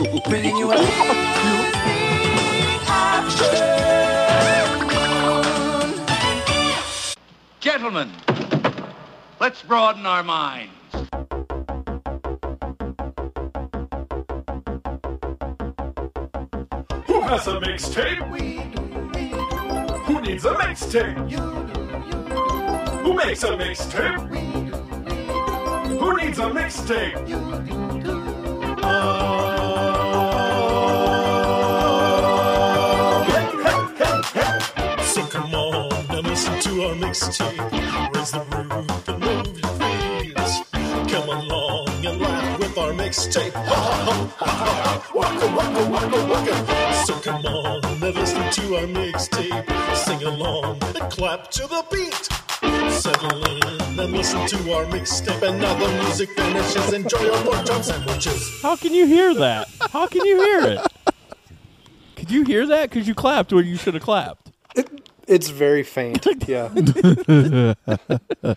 you and Gentlemen, let's broaden our minds. Who has a mixtape? Who needs a mixtape? Who makes a mixtape? Who needs a mixtape? So come on and listen to our mixtape. Raise the roof and move your feet. Come along and laugh with our mixtape. Ha ha ha ha ha. Waka waka waka waka. So come on and listen to our mixtape. Sing along and clap to the beat. Settle in and listen to our mixtape. And now the music finishes. Enjoy your pork sandwiches. How can you hear that? How can you hear it? Could you hear that? Because you clapped when you should have clapped. It's very faint. Yeah.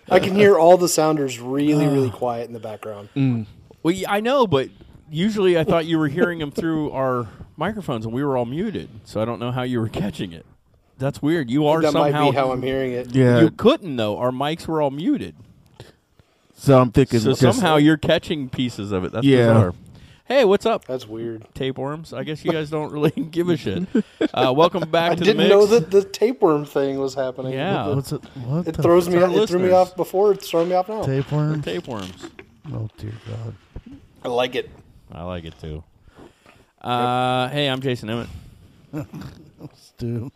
I can hear all the sounders really, Ah. really quiet in the background. Mm. Well, yeah, I know, but usually I thought you were hearing them through our microphones, and we were all muted, so I don't know how you were catching it. That's weird. You are That somehow. might be how I'm hearing it. Yeah. You couldn't though. Our mics were all muted, so I'm thinking. so just- somehow you're catching pieces of it. That's Yeah. bizarre. Hey, what's up, That's weird. tapeworms? I guess you guys don't really give a shit. Uh, welcome back I to didn't the mix. know that the tapeworm thing was happening. Yeah. It- What's it? What It the throws me. our It threw me listeners. off before. It's throwing me off now. Tapeworm. tapeworms. Oh dear God. I like it. I like it too. Uh, Hey, I'm Jason Emmett. Stu.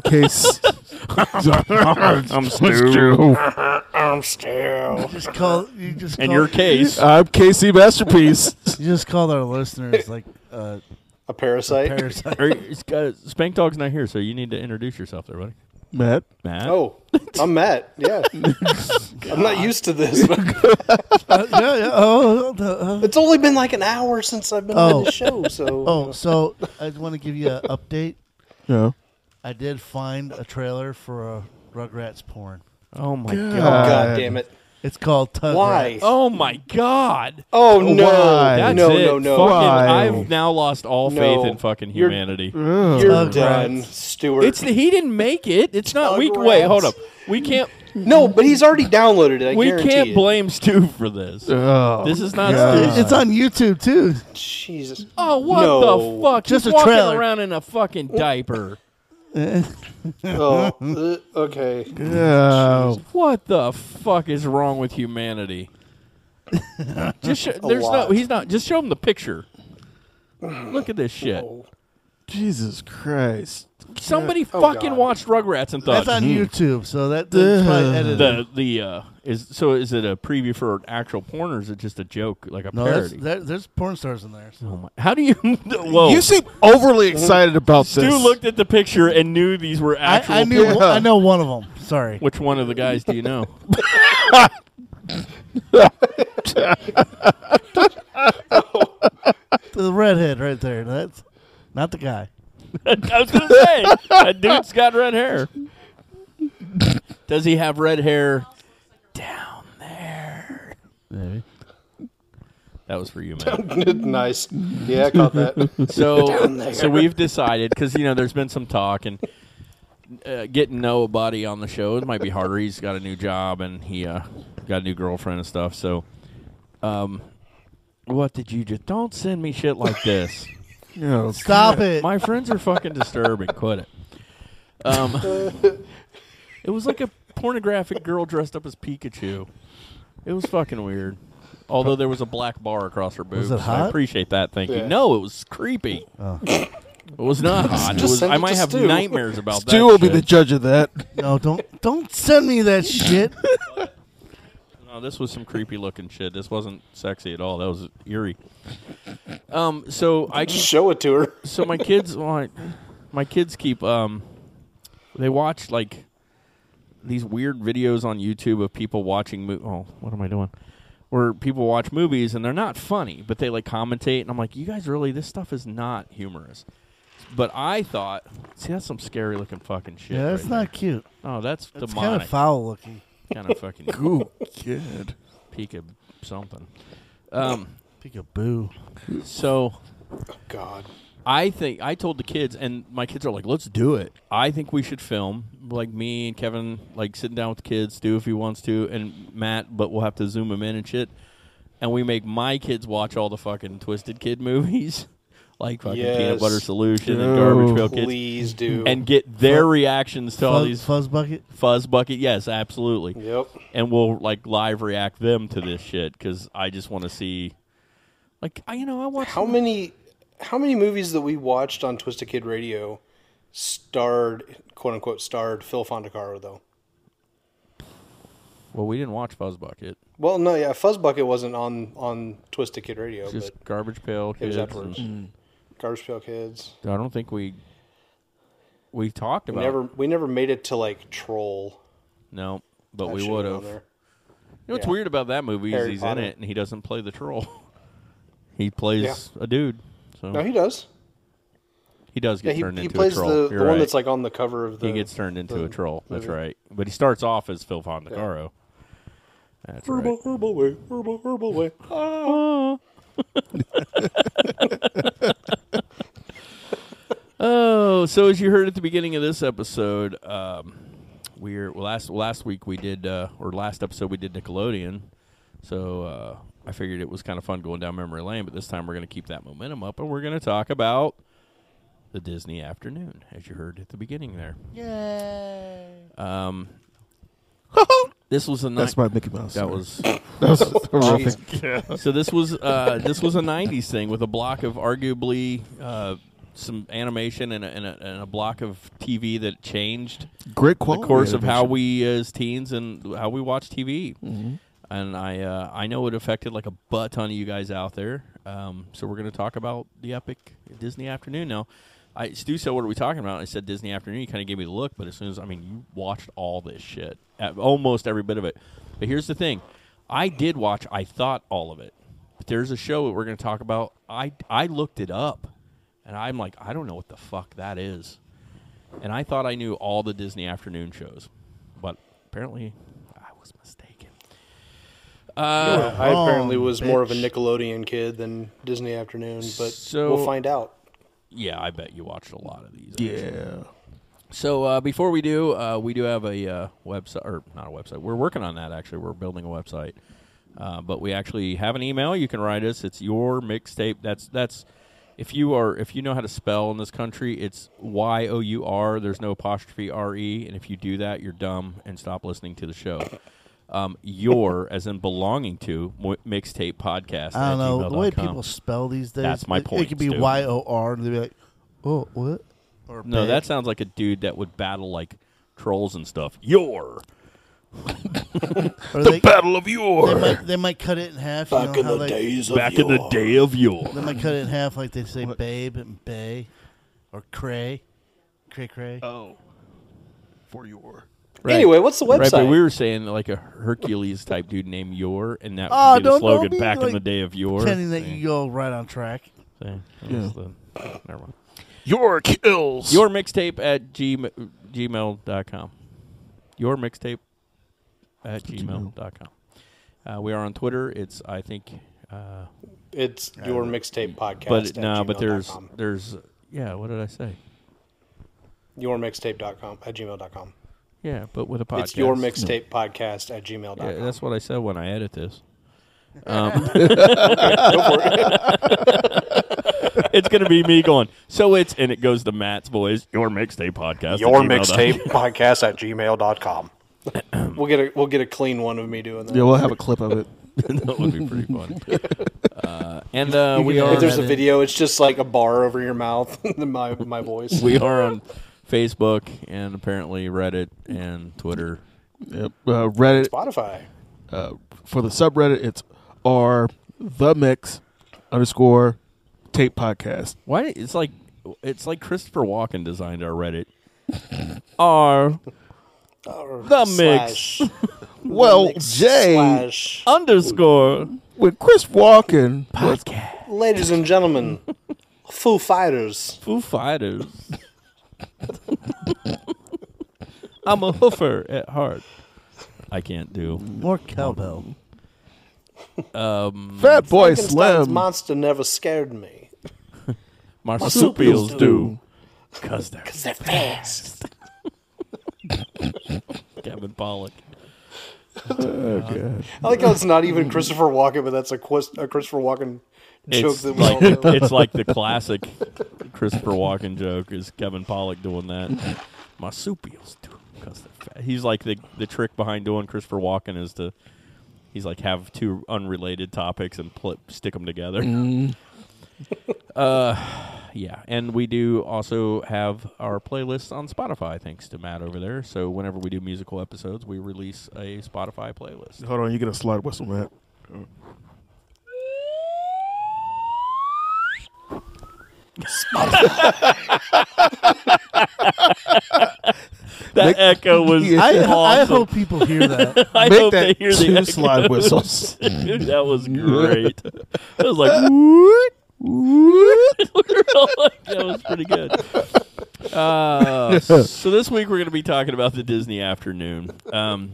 case. I'm Stu. I'm still. Just call. You just. In call- your case, I'm Casey Masterpiece. you just called our listeners like uh, A parasite. parasite. Are you- it's, uh, Spank Dog's not here, so you need to introduce yourself there, buddy. Matt. Matt. Oh, I'm Matt. Yeah. I'm not used to this. Uh, yeah, yeah. Oh, the- uh, it's only been like an hour since I've been on Oh. the show. So Oh, so I just want to give you an update. no. I did find a trailer for a Rugrats porn. Oh my god. God damn it. It's called Tug Why? Oh my god. Oh no! Why? That's no, it. no, no, Fucking, Why? I've now lost all No. faith in fucking You're- humanity. You're Tug done, rats. Stuart. It's he didn't make it. It's not. We Tug wait. rats. Hold up. We can't. no, but he's already downloaded it. I We guarantee can't it. Oh, blame Stu for this. this is not God. Stu. It's on YouTube too. Jesus. Oh what No. the fuck? Just He's a walking trailer. around in a fucking diaper. Oh, uh, okay. Oh. What the fuck is wrong with humanity? just show, there's no. lot. He's not. Just show him the picture. Look at this shit. Jesus Christ. Somebody Oh, fucking God. watched Rugrats and thought "Hmm, That's on YouTube, so that that's probably edited. the the uh, is so is it a preview for an actual porn or is it just a joke like a no, that's, parody? that, there's porn stars in there. So. Oh my- How do you? Whoa, You seem overly excited about Oh. Stu this. looked at the picture and knew these were I, actual. I knew. porn. I know one of them. Sorry. Which one of the guys do you know? The redhead right there. That's not the guy. I was gonna say that dude's got red hair. Does he have red hair down there? Maybe. That was for you, man. nice. Yeah, I caught that. So, there. so we've decided because you know there's been some talk and uh, getting nobody on the show it might be harder. He's got a new job and he uh, got a new girlfriend and stuff. So, um, what did you just? Don't send me shit like this. No. Stop it. My friends are fucking disturbing. Quit it. Um, it was like a pornographic girl dressed up as Pikachu. It was fucking weird. Although there was a black bar across her boobs, it I hot? Oh. appreciate that. Thank you. Yeah. No, it was creepy. It was not hot. It Just was- send I it might to have Stu. nightmares about that. Stu will be shit. the judge of that. No, don't don't send me that shit. No, this was some creepy looking shit. This wasn't sexy at all. That was eerie. Um, so I Show it to her. so my kids want my kids keep um they watch like these weird videos on YouTube of people watching mo- oh what am I doing where people watch movies and they're not funny but they like commentate and I'm like you guys really this stuff is not humorous but I thought see that's some scary looking fucking shit Yeah, that's right not cute. there. oh that's It's kind demonic of foul looking. kind of fucking Ooh, kid. peak of something um Peekaboo. so Oh, God. I think I told the kids, and my kids are like, "Let's do it." I think we should film, like me and Kevin, like sitting down with the kids, do if he wants to, and Matt, but we'll have to zoom him in and shit. And we make my kids watch all the fucking Twisted Kid movies, like fucking Peanut Yes. Butter Solution and Garbage Pail Kids, Please do. and get their reactions to all Fuzz, these fuzz bucket. fuzz bucket. Yes, absolutely yep. and we'll like live react them to this shit because I just want to see, like, I, you know, I watch How many how many movies that we watched on Twisted Kid Radio starred quote unquote starred Phil Fondacaro though? Well, we didn't watch Buzz Bucket, Well, no, yeah, Fuzzbucket wasn't on on Twisted Kid Radio, just but garbage pail it kids. was afterwards. and- Garbage Pail Kids. I don't think we we talked We about never we never made it to like Troll. no, but That we should've would been have. on You know there. what's Yeah. weird about that movie is Harry he's Potter. in it and he doesn't play the troll. he plays a dude, so No, he does. he does Yeah, get he, turned he into plays a troll. the, the You're one right. that's like on the cover of the. he gets turned into the a troll. That's movie. right, but he starts off as Phil Fondacaro. That's right. herbal way, herbal, herbal way. Ah. Oh, so as you heard at the beginning of this episode, um, we're well, last last week we did uh, or last episode we did Nickelodeon, so uh, I figured it was kind of fun going down memory lane. But this time we're going to keep that momentum up, and we're going to talk about the Disney afternoon, as you heard at the beginning there. Um, this was a night. That's my Mickey Mouse. that Sorry. was that was horrific. so this was uh, this was a '90s thing with a block of arguably uh, some animation and a, and, a, and a block of TV that changed Great the quality. course of how animation. we as teens and how we watch TV. And I uh, I know it affected like a butt ton of you guys out there. Um, so we're going to talk about the epic Disney afternoon now. I Stu said, "What are we talking about?" I said, "Disney afternoon." You kind of gave me the look, but as soon as I mean, you watched all this shit, uh, almost every bit of it. But here's the thing: I did watch. I thought all of it. But there's a show that we're going to talk about. I I looked it up, and I'm like, I don't know what the fuck that is and I thought I knew all the Disney afternoon shows, but apparently I was mistaken. Yeah, Uh, I apparently wrong, was more of a bitch. Nickelodeon kid than Disney Afternoon, but So- we'll find out. Yeah, I bet you watched a lot of these. Yeah. So uh, before we do, uh, we do have a uh, website, or not a website. We're working on that actually. We're building a website, uh, but we actually have an email. You can write us. It's your mixtape. That's that's if you are if you know how to spell in this country, it's Y O U R. There's no apostrophe R E, and if you do that, you're dumb and stop listening to the show. Um, your as in belonging to mo- mixtape podcast. I don't at know the way gmail.com. people spell these days. That's my it- point, It could be Stu. Y O R, and they'd be like, "Oh, what?" Or No, bitch. that sounds like a dude that would battle like trolls and stuff. Your Or they, battle of your. they might they might cut it in half. You know, how they, of back in the day of yore. They might cut it in half, like they say, "babe" and "bay," or "cray," "cray cray." Oh. For your. Anyway, what's the Right, website? but we were saying like a Hercules type dude named Yor, and that would Oh, be the don't- slogan don't be, back in like, the day of Yor. Pretending that you go right on track. Yeah. Yeah. never mind. Your kills. Your mixtape at g- gmail.com. Your mixtape at gmail.com. Uh, we are on Twitter. It's, I think, uh, It's your mixtape podcast. but at no, but there's, gmail.com. there's, yeah, what did I say? your mixtape.com at gmail.com. Yeah, but with a podcast. It's your mixtape podcast at gmail.com. Yeah, that's what I said when I edit this. Um, it's going to be me going. So it's and it goes to Matt's voice. Your mixtape podcast. at your gmail dot- mixtape podcast at gmail.com. we'll get a we'll get a clean one of me doing that. Yeah, we'll have a clip of it. that would be pretty fun. Uh, and uh, we can are if there's a Alright. video, it's just like a bar over your mouth and my my voice. we are on Facebook and apparently Reddit and Twitter. Yep. Uh, Reddit Spotify. uh, for the subreddit. It's r the mix underscore tape podcast. Why it's like it's like Christopher Walken designed our Reddit. Our Or The slash- Well, mix Jay slash- underscore with Chris Walken was Ladies and gentlemen, Foo Fighters. Foo Fighters. I'm a hoofer at heart. I can't do. More cowbell. Fat Boy Frankenstein's Slim. monster never scared me. marsupials do. Because they're They're fast. Kevin Pollock. I like how it's not even Christopher Walken, but that's a, quest, a Christopher Walken joke It's that we all know. like, it's like the classic Christopher Walken joke is Kevin Pollock doing that. Marsupials do. Because they're fat. He's like the, the trick behind doing Christopher Walken is to, he's like have two unrelated topics and pl- stick them together. Uh, Yeah, and we do also have our playlists on Spotify, thanks to Matt over there. So whenever we do musical episodes, we release a Spotify playlist. Hold on, you get a slide whistle, Matt. That echo was Yeah. I, I awesome. hope people hear that. I Make hope that they hear the two echo. slide whistles. that was great. I was like, what? that was pretty good. Uh, so this week we're going to be talking about the Disney afternoon. Um,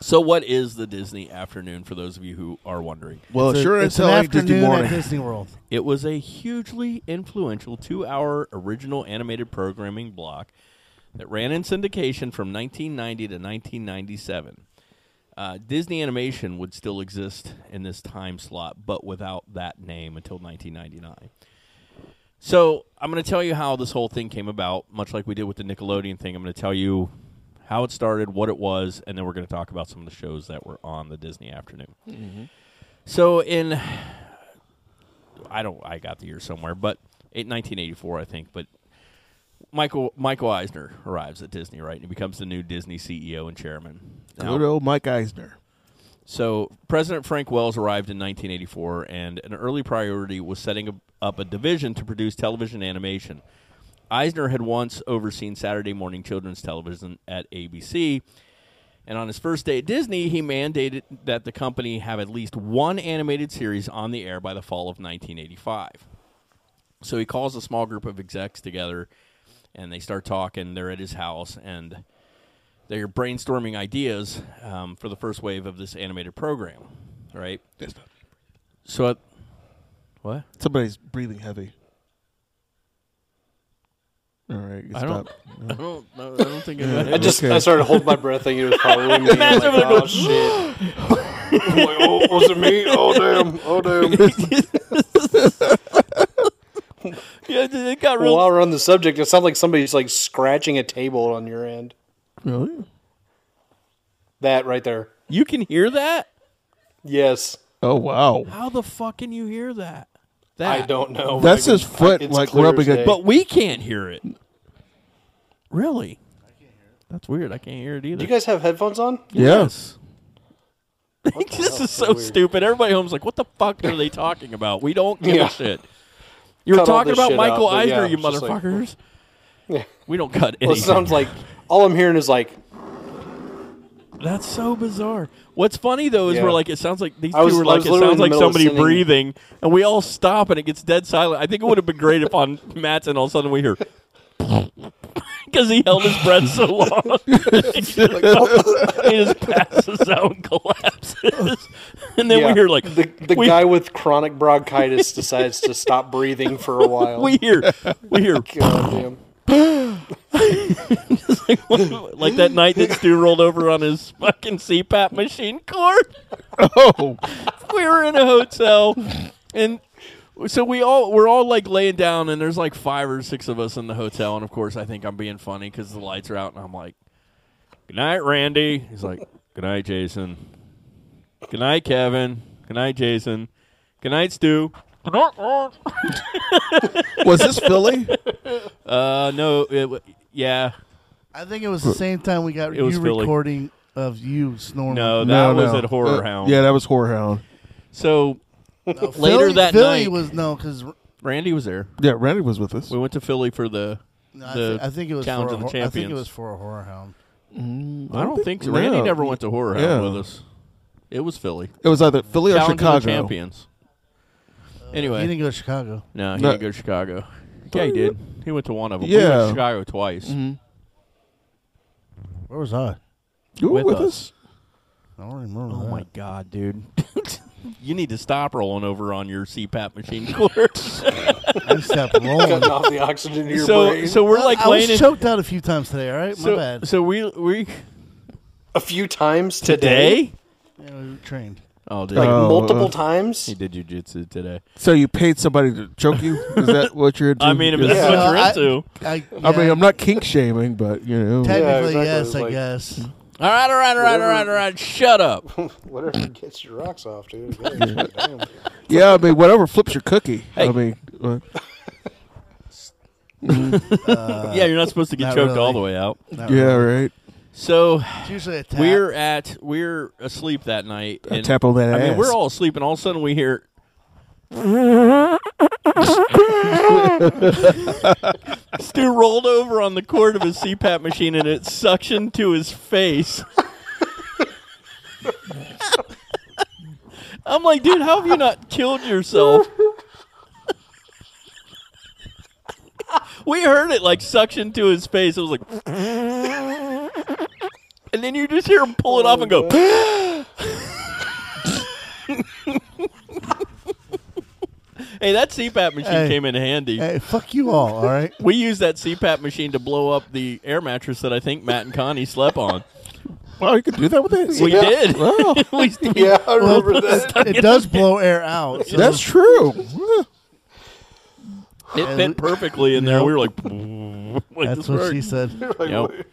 so what is the Disney afternoon for those of you who are wondering? Well, It's a- sure it's as an hell ain't Disney afternoon at morning. Disney World. It was a hugely influential two hour original animated programming block that ran in syndication from 1990 to 1997. Uh, Disney Animation would still exist in this time slot, but without that name until 1999. So I'm going to tell you how this whole thing came about, much like we did with the Nickelodeon thing. I'm going to tell you how it started, what it was, and then we're going to talk about some of the shows that were on the Disney afternoon. So in I don't I got the year somewhere, but in 1984 I think, but Michael Michael Eisner arrives at Disney, right? And he becomes the new Disney CEO and chairman. Now, Good old Mike Eisner. so President Frank Wells arrived in 1984 and an early priority was setting up- up a division to produce television animation. Eisner had once overseen Saturday morning children's television at ABC, and on his first day at Disney, he mandated that the company have at least one animated series on the air by the fall of 1985. So he calls a small group of execs together and they start talking. They're at his house and they're brainstorming ideas um, for the first wave of this animated program, right? So, at, what? Somebody's breathing heavy. All right, I don't- stop. I don't, know. I don't think I just I started holding my breath, thinking it was probably me. I'm like, oh shit! I'm like, oh, was it me? Oh damn! Oh damn! yeah, it got real. While we're on the subject, it sounds like somebody's like scratching a table on your end. Really? That right there. You can hear that? Yes, Oh wow, How the fuck can you hear that? I That don't know. but that's I can- his foot it's like clear rubbing as a. day. But we can't hear it. Really? That's weird. I can't hear it either. Do you guys have headphones on? yes. this is so stupid. Everybody home's like, what the fuck are they talking about? We don't give Yeah. a shit. You were Cut all talking this about shit Michael out, but Eisner, yeah, you just like- motherfuckers. Yeah. We don't cut Well, it anything. sounds like all I'm hearing is like That's so bizarre. What's funny though is Yeah. we're like, it sounds like these I was- two were I like, was it literally sounds in the like middle of somebody singing. breathing, and we all stop and it gets dead silent. I think it would have been great if on Matt's and all of a sudden we hear because he held his breath so long, he just passes out and collapses, and then we yeah, hear like the, the we, guy with chronic bronchitis decides to stop breathing for a while. we hear we hear God damn. like that night that Stu rolled over on his fucking CPAP machine cord. Oh, we were in a hotel and so we all we're all like laying down and there's like five or six of us in the hotel and of course i think i'm being funny because the lights are out and i'm like good night randy he's like good night jason good night kevin good night jason good night stu Good night, Ron. was this Philly? uh no it, w- yeah I think it was the same time we got It was you Philly. recording of you snoring. no no, that was no. at horror Uh, hound Yeah, that was horror hound. so Philly, later that Philly night was no because randy was there Yeah, Randy was with us. we went to philly for the I, The thi- I think it was Challenge for a of the hor- I think Champions. it was for a horror hound. I don't think so. no. Randy never went to Horror Hound Yeah. with us. It was Philly. It was either Philly or Challenge of the Chicago. champions. He Anyway, didn't go to Chicago. no, he No. didn't go to Chicago. Yeah, he did. He went to one of them. We went Yeah. to Chicago twice. Where was I? You were With with us. us. I don't remember. Oh that. my god, dude! you need to stop rolling over on your CPAP machine cord. I stop rolling. Cutting off the oxygen to your so, brain. So we're I- like I laying was in- choked out a few times today. All right, so, my bad. So we we a few times today, today. Yeah, we were trained. Oh, dude. like Oh, multiple uh, times. he did jujitsu today. So you paid somebody to choke you? Is that what you're into? I mean, if Because- that's Yeah. what you're I- I, into. I mean, yeah, I'm not kink shaming, but you know, technically Yeah, exactly. yes, It's I like- guess. All right, all right, all right, all right, all right. Shut up. Whatever gets your rocks off, dude. Yeah, damn. yeah. I mean, whatever flips your cookie. Hey. I mean, uh, yeah, you're not supposed to get not choked all really. the way out. Not yeah, really. right. So It's usually a tap. we're at we're asleep that night. A and- tap on that I ass. mean, we're all asleep, and all of a sudden we hear. Stu rolled over on the cord of his CPAP machine, and it suctioned to his face. I'm like, dude, how have you not killed yourself? we heard it like suction to his face. It was like, and then you just hear him pull it off and go. hey, that CPAP machine Hey. came in handy. Hey, fuck you all. All right. We used that CPAP machine to blow up the air mattress that I think Matt and Connie slept on. Wow, you could do that with it. We Yeah. did. we, yeah, I remember that. It does blow air out. So That's true. Yeah. It fit perfectly in there. We were like, like that's this what worked. she said. Yep.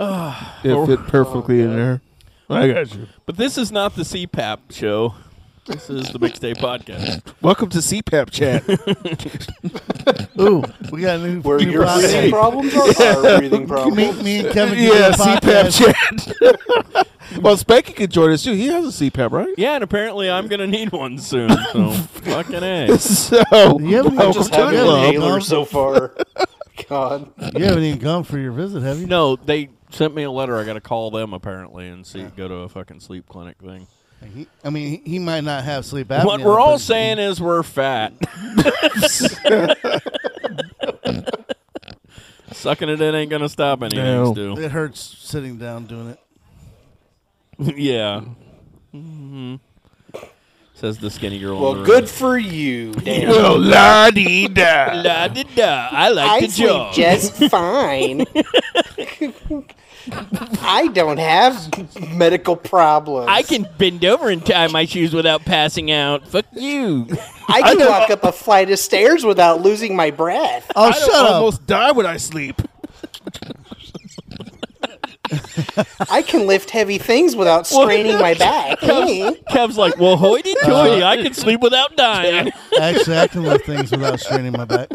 It fit perfectly in there. I got you. But this is not the CPAP show. This is the Mixtape Podcast. Welcome to CPAP chat. Ooh, we got a new. Where new your podcast. breathing problems are our breathing me, problems. me and Kevin. do yeah, a CPAP podcast. chat. well, Spanky could join us too. He has a CPAP, right? Yeah, and apparently I'm going to need one soon. So fucking A. So You haven't, welcome just Just to have the having it, club. Love. an inhaler so far. God. you haven't even gone for your visit, have you? No, they sent me a letter. I got to call them apparently and see go to a fucking sleep clinic thing. He- I mean, he, he might not have sleep apnea. what we're all but- saying is we're fat. Sucking it in ain't gonna stop anything, No. Stu. It hurts sitting down doing it. yeah. hmm Says the skinny girl. Well, good for you. Damn. Well, la dee da. La da da. I like I to sleep jog. just fine. I don't have medical problems. I can bend over and tie my shoes without passing out. Fuck you. I can walk up a flight of stairs without losing my breath. Oh, shut I up! almost die when I sleep. I can lift heavy things without straining my back. Kev's, Kev's like, well, hoity toity, I can sleep without dying. Actually, I can lift things without straining my back.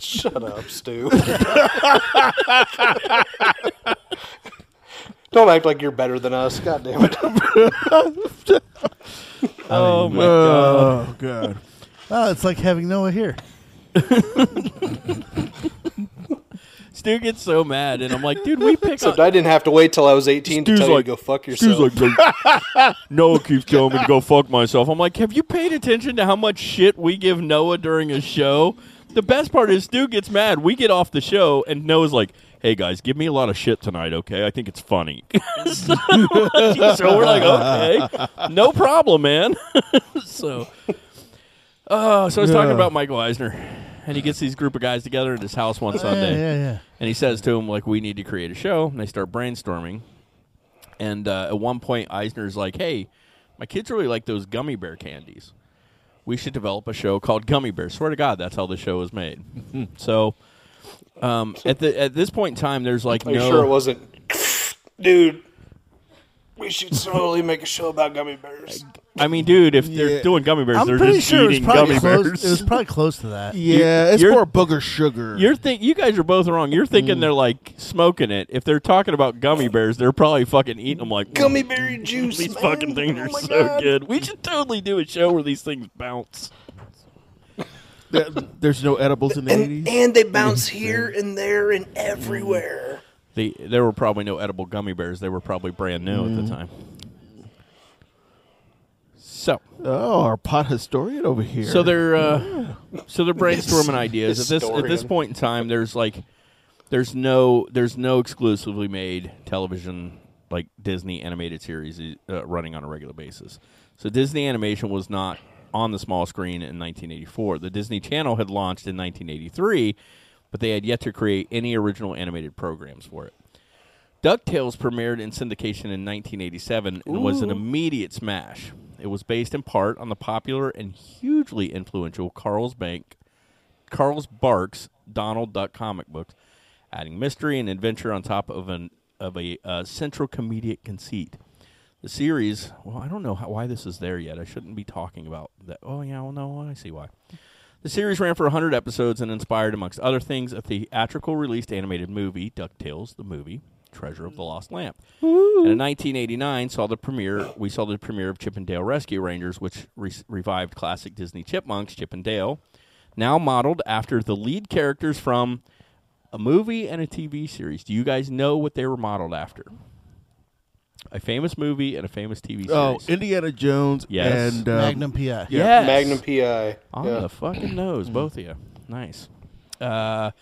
Shut up, Stu. Don't act like you're better than us. God damn it. Oh my god. Oh god. Oh, it's like having Noah here. Stu gets so mad, and I'm like, dude, we pick up. Except I didn't have to wait till I was 18 Stu's to tell like- you to go fuck yourself. Stu's like, "No." Noah keeps telling me to go fuck myself. I'm like, have you paid attention to how much shit we give Noah during a show? The best part is Stu gets mad. We get off the show, and Noah's like, hey guys, give me a lot of shit tonight, okay? I think it's funny. so we're like, okay, no problem, man. so. Oh, so I was talking Yeah. about Michael Eisner, and he gets these group of guys together at his house one Sunday. Yeah, yeah, yeah. And he says to him, like, we need to create a show. And they start brainstorming. And uh, at one point, Eisner's like, hey, my kids really like those gummy bear candies. We should develop a show called Gummy Bear. Swear to God, that's how the show was made. so um, at the at this point in time, there's like Are you no. sure it wasn't? Dude, we should totally make a show about gummy bears. I mean, dude, if they're doing gummy bears, I'm they're pretty just sure it was eating probably gummy close. It bears. was probably close to that. Yeah, it's you're- more booger sugar. You're think you guys are both wrong. You're thinking Mm. they're like smoking it. If they're talking about gummy bears, they're probably fucking eating them like Gummy berry juice. These man. fucking things are Oh my so God. good. We should totally do a show where these things bounce. There- There's no edibles in the And, 80s. and they bounce here and there and everywhere. They, there were probably no edible gummy bears. They were probably brand new at the time. So, Oh, our pot historian over here. so they're uh, so they're brainstorming ideas. At this at this Historian. point in time, there's like there's no there's no exclusively made television like Disney animated series uh, running on a regular basis. So Disney Animation was not on the small screen in 1984. The Disney Channel had launched in 1983, but they had yet to create any original animated programs for it. DuckTales premiered in syndication in 1987 and was an immediate smash. It was based in part on the popular and hugely influential Carl's Bank, Carl's Barks Donald Duck comic books, adding mystery and adventure on top of an of a uh, central comedic conceit. The series, well, I don't know how, why this is there yet. I shouldn't be talking about that. Oh yeah, well no, I see why. The series ran for 100 episodes and inspired, amongst other things, a theatrical released animated movie, DuckTales, the movie, Treasure of the Lost Lamp. And in 1989, saw the premiere. We saw the premiere of Chip and Dale Rescue Rangers, which re- revived classic Disney chipmunks Chip and Dale, now modeled after the lead characters from a movie and a TV series. Do you guys know what they were modeled after? A famous movie and a famous TV series. Oh, Indiana Jones Yes. and um, Magnum PI. yes. Magnum PI. On Yeah. the fucking Mm-hmm. nose, both of you. Nice. Uh,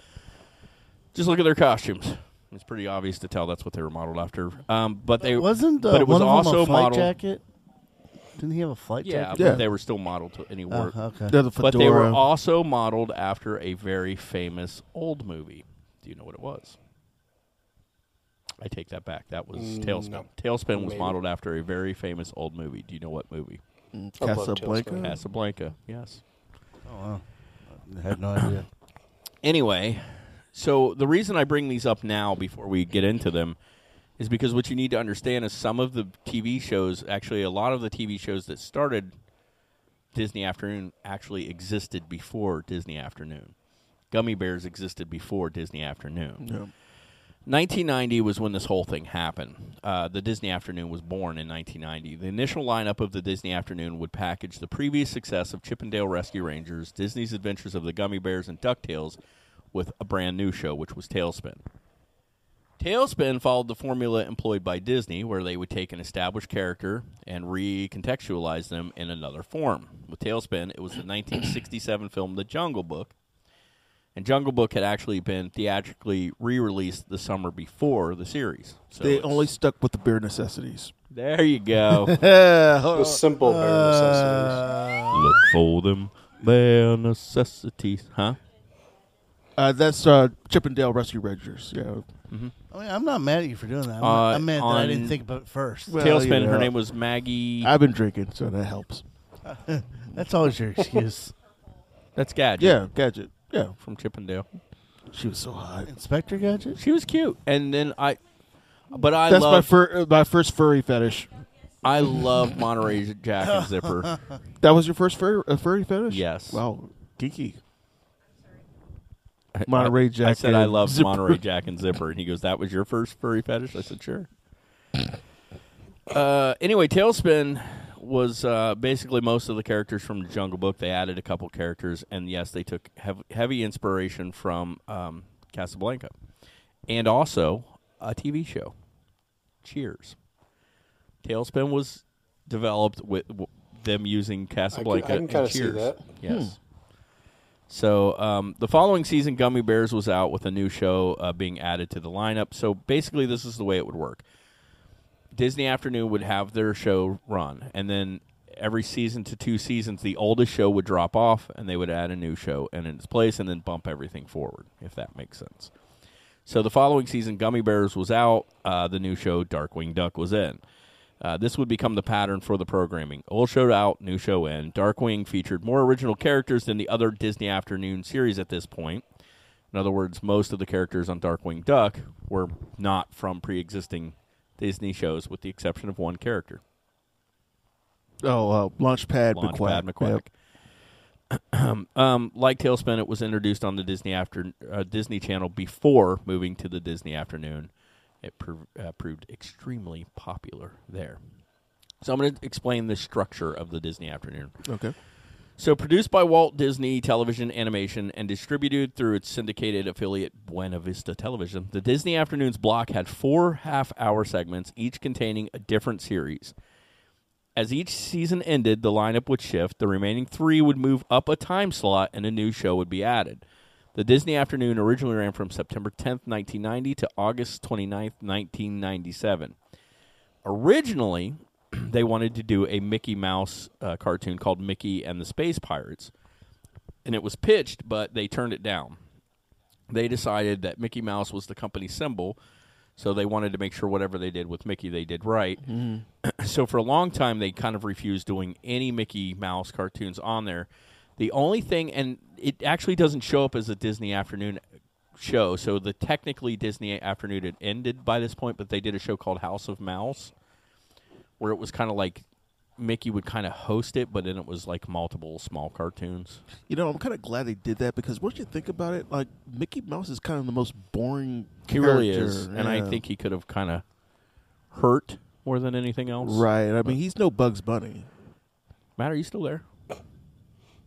just look at their costumes. It's pretty obvious to tell that's what they were modeled after. Um, but they Wasn't uh, but it was one of them also a flight modeled. jacket? Didn't he have a flight Yeah, jacket? but Yeah. they were still modeled to any work. Oh, okay. there's a But they were fedora. also modeled after a very famous old movie. Do you know what it was? I take that back. That was Mm, Tailspin. Tailspin was Maybe. modeled after a very famous old movie. Do you know what movie? I Mm. love Tailspin. Casablanca. Casablanca. Yes. I had no idea. anyway, so the reason I bring these up now before we get into them is because what you need to understand is some of the TV shows, actually, a lot of the TV shows that started Disney Afternoon actually existed before Disney Afternoon. Gummy Bears existed before Disney Afternoon. 1990 was when this whole thing happened. Uh, the Disney Afternoon was born in 1990. The initial lineup of the Disney Afternoon would package the previous success of Chippendale Rescue Rangers, Disney's Adventures of the Gummy Bears, and DuckTales with a brand new show, which was Tailspin. Tailspin followed the formula employed by Disney, where they would take an established character and recontextualize them in another form. With Tailspin, it was the 1967 film The Jungle Book, and Jungle Book had actually been theatrically re-released the summer before the series. So They it's- only stuck with the bare necessities. there you go. It was simple bare uh, necessities. Look for them, their necessities, huh? Uh, that's uh, Chip and Dale Rescue Rangers. Yeah, I mean, I'm not mad at you for doing that. I'm, Uh, I'm mad that I didn't on- think about it first. Well, Tailspin. you Her know. name was Maggie. I've been drinking, so that helps. That's always your excuse. That's Gadget. Yeah, gadget. Yeah, from Chippendale. she was so hot. Inspector Gadget? She was cute, and then I. But I That's my love fir- uh, my first furry fetish. I love Monterey Jack and Zipper. That was your first fur- uh, furry fetish? Yes. Wow, geeky. Monterey Jack I said I and love Zipper. Monterey Jack and Zipper, and he goes, "That was your first furry fetish." I said, "Sure." Uh, anyway, Tailspin was uh, basically most of the characters from the Jungle Book. They added a couple characters, and yes, they took hev- heavy inspiration from um, Casablanca, and also a TV show, Cheers. Tailspin was developed with w- them using Casablanca. can and kinda see Cheers. that. Yes. So um, the following season, Gummy Bears was out with a new show uh, being added to the lineup. So basically, this is the way it would work. Disney Afternoon would have their show run, and then every season to two seasons, the oldest show would drop off, and they would add a new show and in its place, and then bump everything forward, if that makes sense. So the following season, Gummy Bears was out. Uh, the new show, Darkwing Duck, was in. Uh, this would become the pattern for the programming. Old show out, new show in. Darkwing featured more original characters than the other Disney Afternoon series at this point. In other words, most of the characters on Darkwing Duck were not from pre existing Disney shows, with the exception of one character. Oh, uh, Launchpad Launchpad McQuack. McQuack. um, like Tailspin, it was introduced on the Disney after uh, Disney Channel before moving to the Disney Afternoon. It prov- uh, proved extremely popular there. So I'm going to explain the structure of the Disney Afternoon. Yep. Okay. So produced by Walt Disney Television Animation and distributed through its syndicated affiliate Buena Vista Television, the Disney Afternoons block had four half-hour segments, each containing a different series. As each season ended, the lineup would shift. The remaining three would move up a time slot, and a new show would be added. The Disney Afternoon originally ran from September 10th, 1990 to August 29th, 1997. Originally, they wanted to do a Mickey Mouse uh, cartoon called Mickey and the Space Pirates, and it was pitched, but they turned it down. They decided that Mickey Mouse was the company symbol, so they wanted to make sure whatever they did with Mickey, they did right. so for a long time, they kind of refused doing any Mickey Mouse cartoons on there. The only thing, and it actually doesn't show up as a Disney afternoon show. So the technically Disney afternoon had ended by this point, but they did a show called House of Mouse where it was kind of like Mickey would kind of host it, but then it was like multiple small cartoons. You know, I'm kind of glad they did that because once you think about it, like Mickey Mouse is kind of the most boring. He character. really is, and I yeah. think he could have kind of hurt more than anything else. right. I mean, he's no Bugs Bunny. Matt, are you still there?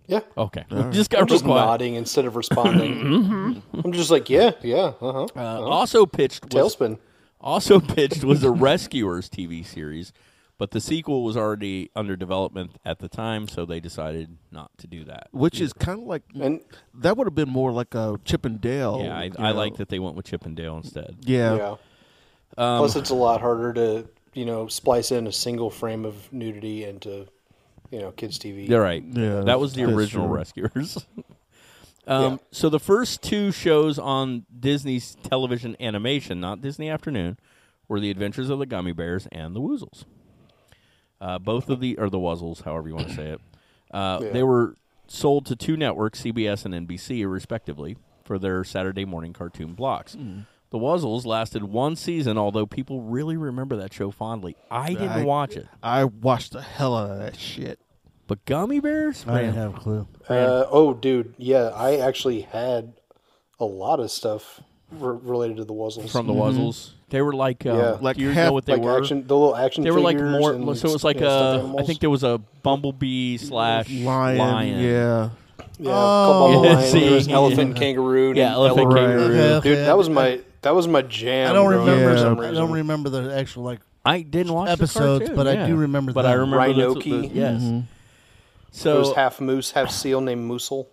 Yeah. Okay, right. just got I'm real just quiet. Mm-hmm. nodding instead of responding. I'm just like, yeah, yeah, uh-huh. Uh, also pitched was, Tailspin. also pitched was the Rescuers TV series, but the sequel was already under development at the time, so they decided not to do that. Which is kind of like And that would have been more like a Chip and Dale. yeah, I, you I know. like that they went with Chip and Dale instead. Yeah. yeah. Um, Plus, it's a lot harder to you know splice in a single frame of nudity into you know kids' TV. You're right. Yeah, that was the that's original true. Rescuers. um, Yeah. So the first two shows on Disney's television animation, not Disney Afternoon, were The Adventures of the Gummy Bears and The Woozles. Uh, both of the or the Wuzzles, however you want to say it. Uh, Yeah. They were sold to two networks, CBS and NBC, respectively, for their Saturday morning cartoon blocks. Hmm. The Wuzzles lasted one season, although people really remember that show fondly. I didn't I- watch it, I watched the hell out of that shit. but Gummy Bears, I didn't man, have a clue. Uh, oh, dude, yeah, I actually had a lot of stuff re- related to the Wuzzles. from the Wuzzles. They were like, um, Mm-hmm. Yeah. Like do you half- know what they like were? action, the little action. they were like figures more. and So it was like you know, stuffed a. I animals. think there was a bumblebee slash Lion, yeah. yeah, oh, yeah, lion, there was see, elephant, kangaroo, yeah, and elephant Right. kangaroo. Okay, okay. Dude, that was my that was my jam. I don't growing up remember. for some I reason. don't remember the actual like. I didn't watch the Episodes, cartoon, but I yeah. do remember Mm-hmm. But that. I remember the- Rhinoki. the- yes. There was So half moose, half seal named Moosel.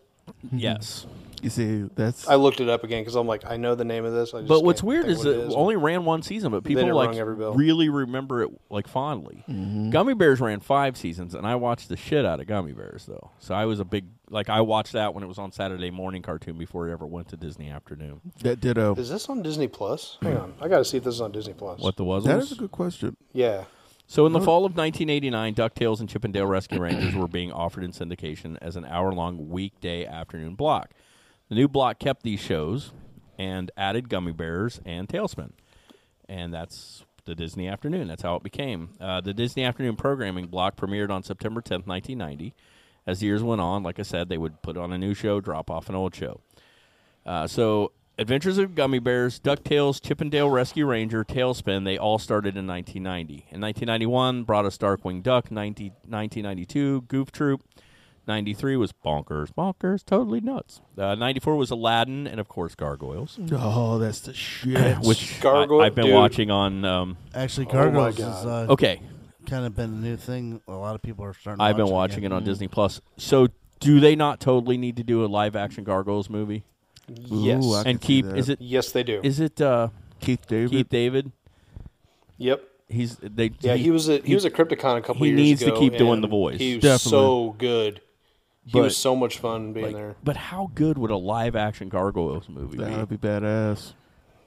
yes, You see, that's I looked it up again because I'm like, I know the name of this. I just but what's can't weird think is what it only ran one season, but people didn't like rung every bell. really remember it like fondly. Mm-hmm. Gummy Bears ran five seasons, and I watched the shit out of Gummy Bears though. So I was a big like I watched that when it was on Saturday morning cartoon before it ever went to Disney afternoon. that ditto. Is this on Disney Plus? Hang on, I got to see if this is on Disney Plus. What the was That is a good question. Yeah, So in the fall of 1989, DuckTales and Chip and Dale Rescue Rangers were being offered in syndication as an hour-long weekday afternoon block. The new block kept these shows and added Gummy Bears and Tailspin. And that's the Disney Afternoon. That's how it became. Uh, the Disney Afternoon programming block premiered on September 10th, 1990. As the years went on, like I said, they would put on a new show, drop off an old show. Uh, so, Adventures of Gummy Bears, DuckTales, Chippendale Rescue Ranger, Tailspin, they all started in 1990. In 1991, brought us Darkwing Duck. 90, 1992, Goof Troop. 93 was Bonkers, Bonkers, totally nuts. Uh, 94 was Aladdin, and of course, Gargoyles, Oh, that's the shit. which Gargoyle- I, have been dude. watching on. Um, Actually, Gargoyles God. has uh, okay, kind of been a new thing. A lot of people are starting. I've been watching it on Disney Plus. So, do they not totally need to do a live action Gargoyles movie yes, Ooh, I can and see keep? that. Is it yes, they do. is it uh, Keith David? Keith David? yep. He's they. Yeah, he, was a he, was a Crypticon a couple he years needs to ago. keep doing and the voice. He was Definitely. so good. He But- was so much fun being there. But how good would a live action Gargoyles movie that would be? be badass.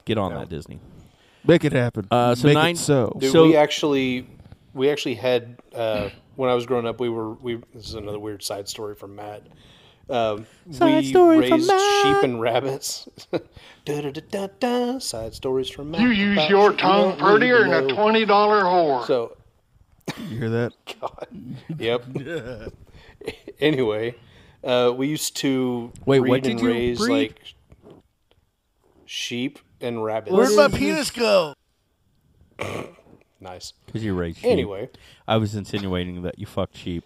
Get on that Disney. Make it happen. Uh, so Make nine- it so. Dude, So- we actually we actually had uh, when I was growing up, we were we. This is another weird side story from Matt. Um, we raised sheep and rabbits. Da-da-da-da-da, side stories from Matt. You use about your shit you tongue don't need prettier to than a know. twenty dollar whore. So You hear that? yep. anyway, uh, we used to Wait, breed what and did you raise breed? like sheep and rabbits. Where'd my penis go? nice. Because you raised sheep. Anyway, I was insinuating that you fucked sheep.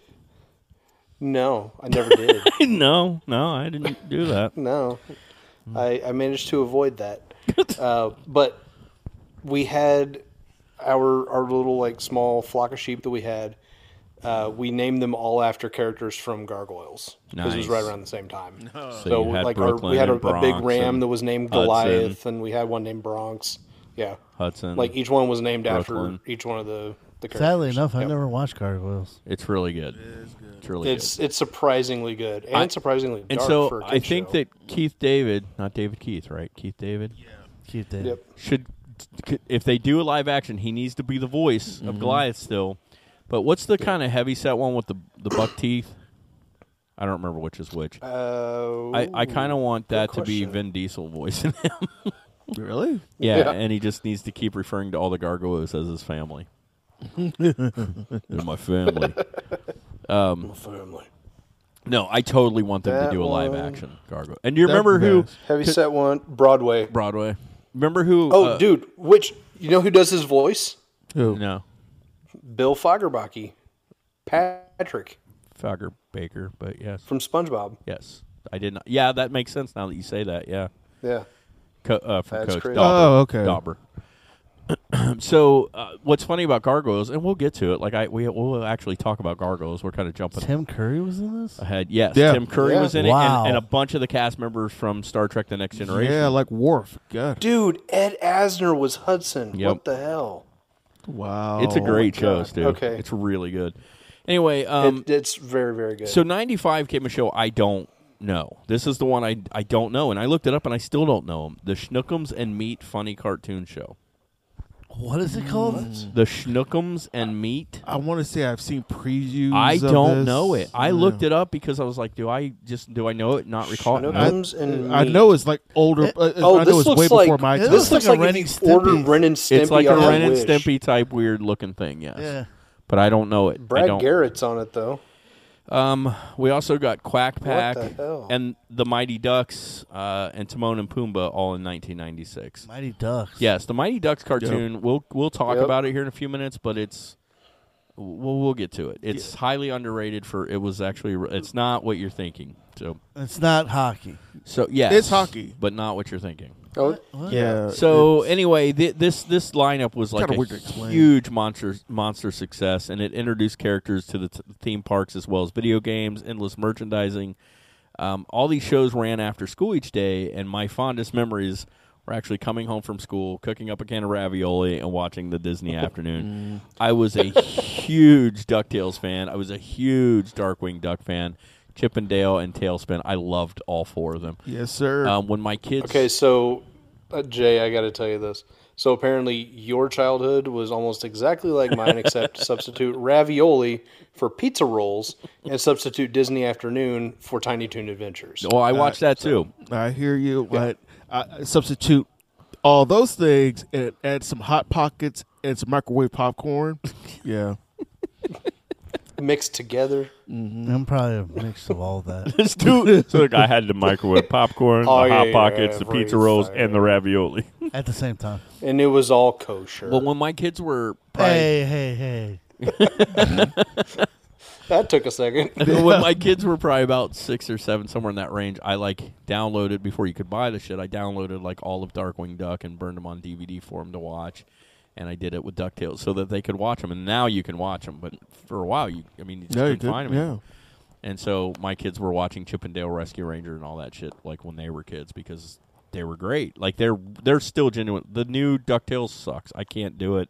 no, I never did. no, no, I didn't do that. No, Hmm. I, I managed to avoid that. uh, but we had our our little like small flock of sheep that we had. Uh, we named them all after characters from Gargoyles because it was Nice. right around the same time. So, you had like our, we Brooklyn had a, and a big Bronx ram and that was named Hudson. Goliath, and we had one named Bronx. Yeah, Hudson. like each one was named Brooklyn. after each one of the the Carrier Sadly Fish. enough, I Yep. never watched Gargoyles. It's really good. It is good. It's really It's it's surprisingly good and I- surprisingly dark good. And so for a I kid think show. that Keith David, not David Keith, right? Keith David Cute thing. Yep. should, if they do a live action, he needs to be the voice Mm-hmm. of Goliath still. But what's the kind of heavy set one with the the buck teeth? I don't remember which is which. Uh, I, I kind of want that to good be question. Vin Diesel voicing him. Really? yeah, Yeah. and he just needs to keep referring to all the gargoyles as his family. They're my family. firmly. No, I totally want them That to do a live one- action gargoyle. And do you That'd remember be who best. Heavy set one Broadway. Broadway? Remember who? Oh, uh, dude, which you know who does his voice? Who? No, Bill Fagerbakke, Patrick Fogger Baker. But yes, from SpongeBob. yes, I did not. Yeah, that makes sense now that you say that. Yeah, Yeah, Co- uh, from That's Coach crazy. Dauber. Oh, okay. Dauber. so, uh, what's funny about gargoyles, and we'll get to it. Like I, we will actually talk about gargoyles. We're kind of jumping Tim Curry was in this. ahead. Yes, Yeah. Tim Curry Yeah. was in it, Wow. and, and a bunch of the cast members from Star Trek: The Next Generation. Yeah, like Worf. God. dude, Ed Asner was Hudson. Yep. What the hell? Wow. it's a great show, Oh, God. dude. Okay. it's really good. Anyway, um, it, it's very very good. So 95 came a show I don't know. This is the one I, I don't know. And I looked it up and I still don't know them. The Schnookums and Meat Funny Cartoon Show. What is it called? Mm-hmm. The Schnookums and Meat. I want to say I've seen previews. I of don't this. know it. I Yeah. looked it up because I was like, do I just do I know it? Not recall. it? No. Schnookums and I Meat. know it's like older. uh, Oh, I this know it's way looks like before my time. It looks this looks like like, a Ren if and you order Stimpy. Ren and Stimpy. It's like a on Ren and Wish. Stimpy type weird looking thing. Yes. Yeah. But I don't know it. I Brad don't- Garrett's on it though. We also got Quack Pack the hell? and the Mighty Ducks uh, and Timon and Pumbaa all in 1996. Mighty Ducks. Yes, the Mighty Ducks cartoon. We'll we'll talk Yep. about it here in a few minutes, but it's we'll we'll get to it. It's highly underrated for it was actually it's not what you're thinking. So It's not hockey. so yes, It's hockey. but not what you're thinking. Oh, Yeah. So anyway, th- this this lineup was like Uh, Kinda a weird to explain. huge monster monster success, and it introduced characters to the t- theme parks as well as video games, endless merchandising. Um, all these shows ran after school each day, and my fondest memories were actually coming home from school, cooking up a can of ravioli, and watching the Disney afternoon. Mm. I was a huge Ducktales fan. I was a huge Darkwing Duck fan. Chip and Dale and Tailspin. I loved all four of them. yes, sir. Um, when my kids Okay, so uh, Jay, I got to tell you this. So apparently, your childhood was almost exactly like mine, except substitute ravioli for pizza rolls and substitute Disney Afternoon for Tiny Toon Adventures. Well, I watched that too. I hear you, but I I substitute all those things and add some hot pockets and some microwave popcorn. yeah. Mixed together. I'm probably a mix of all that. Let's do it. So the guy had the microwave popcorn, Oh, the hot yeah, pockets, the pizza rolls, everything. and the ravioli. At the same time. And it was all kosher. Well, when my kids were probably, Hey, hey, hey. that took a second. when my kids were probably about six or seven, somewhere in that range, I like downloaded before you could buy the shit. I downloaded like all of Darkwing Duck and burned them on DVD for them to watch, and I did it with Ducktales so that they could watch them. And now you can watch them, but for a while, you I mean, you just Yeah, you couldn't could- find them. yeah. And so my kids were watching Chip and Dale Rescue Ranger and all that shit like when they were kids because they were great. Like they're they're still genuine. The new DuckTales sucks. I can't do it.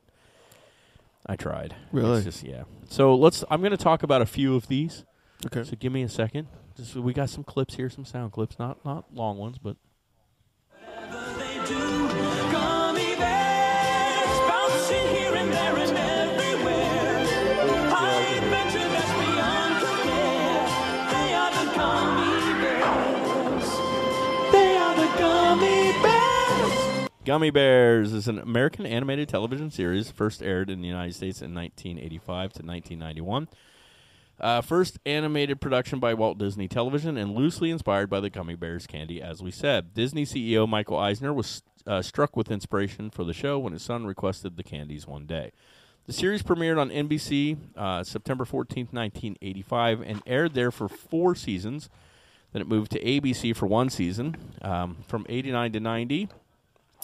I tried. Really? It's just yeah. So let's I'm going to talk about a few of these. Okay. So give me a second. Just we got some clips here, some sound clips, not not long ones, but Gummy Bears is an American animated television series first aired in the United States in 1985 to 1991. Uh, first animated production by Walt Disney Television and loosely inspired by the Gummy Bears candy, as we said. Disney CEO Michael Eisner was uh, struck with inspiration for the show when his son requested the candies one day. The series premiered on NBC uh, September 14, 1985, and aired there for four seasons. Then it moved to ABC for one season um, from 89 to 90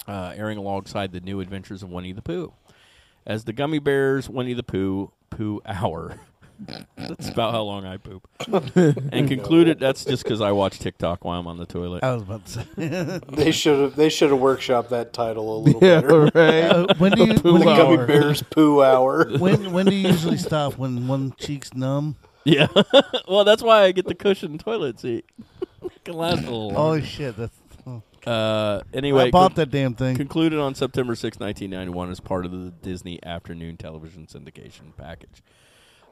uh, airing alongside the new adventures of Winnie the Pooh. As the Gummy Bears Winnie the Pooh Pooh Hour That's about how long I poop. and concluded that's just because I watch TikTok while I'm on the toilet. I was about to say. They should have. They should have workshopped that title a little Yeah, better. right. Uh, when do you the poo gummy hour? bears poo hour. When when do you usually stop? When one cheek's numb? Yeah. well, that's why I get the cushion toilet seat. It can last a little. Oh longer. shit! That's oh. Uh, anyway, I bought con- that damn thing. concluded on September 6, 1991 as part of the Disney afternoon television syndication package.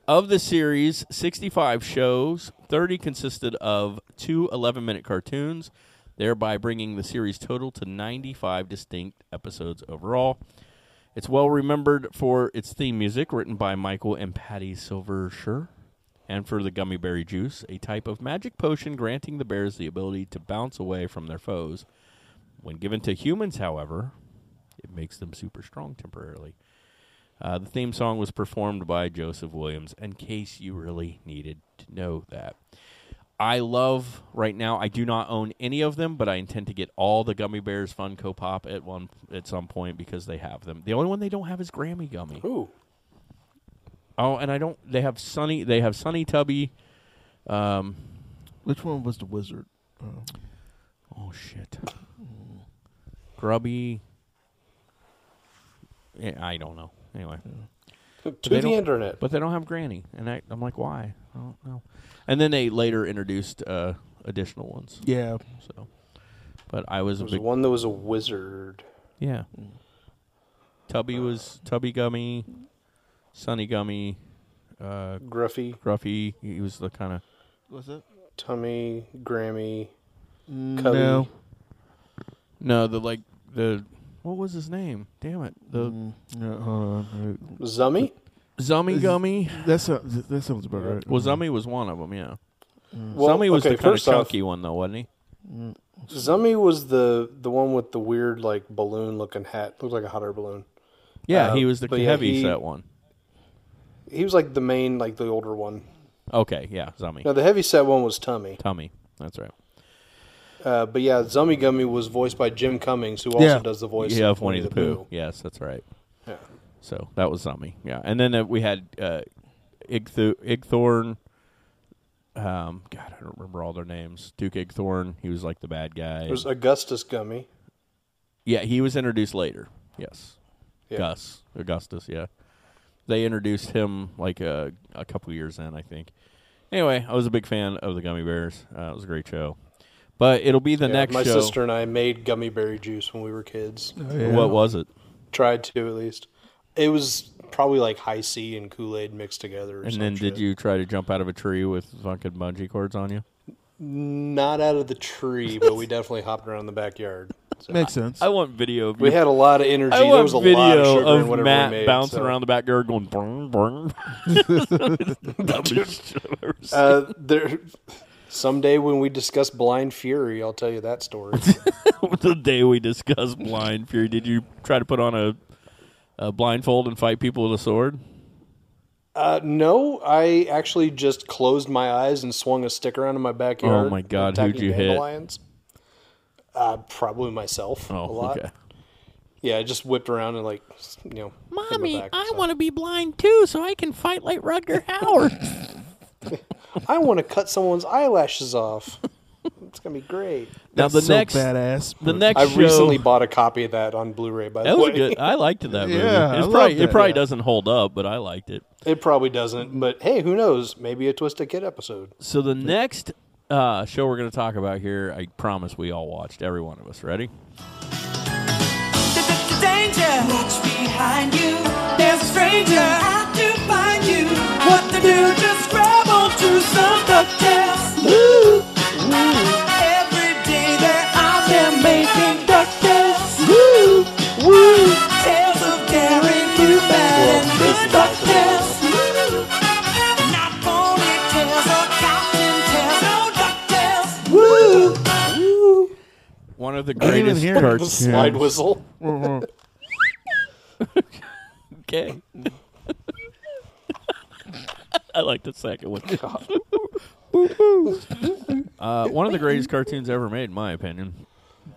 Of the series, 65 shows, 30 consisted of two 11-minute cartoons, thereby bringing the series total to 95 distinct episodes overall. It's well remembered for its theme music, written by Michael and Patty Silvershire, and for the gummy berry juice, a type of magic potion granting the bears the ability to bounce away from their foes. When given to humans, however, it makes them super strong temporarily. Uh, the theme song was performed by Joseph Williams, in case you really needed to know that. I love right now. I do not own any of them, but I intend to get all the Gummy Bears Funko Pop at one at some point because they have them. The only one they don't have is Grammy Gummy. Ooh, Oh, and I don't. They have Sunny. They have Sunny Tubby. Um. Which one was the wizard? Oh shit. Grubby. Yeah, I don't know. Anyway, to they the don't- internet. but they don't have Granny, and I, I'm like, why? I don't know. And then they later introduced uh, additional ones. Yeah. So, but I was a There was big one Hmm. that was a wizard. yeah. Tubby was Tubby Gummy, Sunny Gummy, uh, Gruffy, Gruffy. He was the kind of What's that? Tummy, Grammy, Mm, Cubby. No. no, the like the what was his name? Damn it, the Hmm. No, hold on. Zummy? Zummy Is- Gummy. Hmm. That sounds that sounds about right. Well, Zummy was one of them. Yeah, Mm. Well, Zummy was okay, the kind of first off, chunky one though, wasn't he? Zummy was the the one with the weird like balloon looking hat. Looked like a hot air balloon. Yeah, Uh, he was the but heavy yeah, he- set one. He was like the main, like the older one. Okay, yeah, Zummy, Now the heavy set one was Tummy. Tummy. That's right. Uh, but yeah, Zummy Gummy was voiced by Jim Cummings, who also Yeah. does the voice yeah, of Winnie the Pooh. Yes, that's right. Yeah. So that was Zummy. Yeah, and then uh, we had uh, Igtho- Igthorn. Um, God, I don't remember all their names. Duke Igthorn. He was like the bad guy. There's Augustus Gummy. yeah, he was introduced later. Yes, Yeah. Gus Augustus. Yeah, they introduced him like a a couple years in, I think. Anyway, I was a big fan of the Gummy Bears. Uh, it was a great show. But it'll be the Yeah, next my show. sister and I made gummy berry juice when we were kids. What was it? Tried to at least. It was probably like high C and Kool Aid mixed together. Or And some then did shit. you try to jump out of a tree with fucking bungee cords on you? Not out of the tree, but we definitely hopped around the backyard. So. Makes sense. I want video. Of We had a lot of energy. I there want was a video lot of sugar in of whatever Matt we made, bouncing so. around the backyard going brung brung. Dumbest shit I've ever seen. Uh, there, someday when we discuss Blind Fury, I'll tell you that story. the day we discussed blind fury, did you try to put on a, a blindfold and fight people with a sword? Uh, no, I actually just closed my eyes and swung a stick around in my backyard. Oh my God, attacking who'd you hit? dandelions. Uh, probably myself. a Oh, lot. okay. Yeah, I just whipped around and like, s- you know. to be blind too, so I can fight like Rudger Howard. to. I want to cut someone's eyelashes off. it's gonna be great. now the That's so next, badass. the next I show. recently bought a copy of that on Blu-ray. By that the was way, a good. I liked that movie. Yeah, It's I probably, loved it it. probably Yeah. doesn't hold up, but I liked it. it probably doesn't, but hey, who knows? Maybe a Twisted Kid episode. So the next uh, show we're going to talk about here, I promise we all watched every one of us. Ready? Danger, watch behind you. There's a stranger out to find you. What to do? Just grab onto some ducktails. Ooh, Every day they're out there making ducktails. Woo, woo. Tales of daring, new bad and good ducktails. Woo. Not ponytails or captain tails, no ducktails. Woo, woo. One of the didn't even greatest hear it. The cartoons. slide whistle. Okay. I like the second one. uh, one of the greatest cartoons ever made, in my opinion.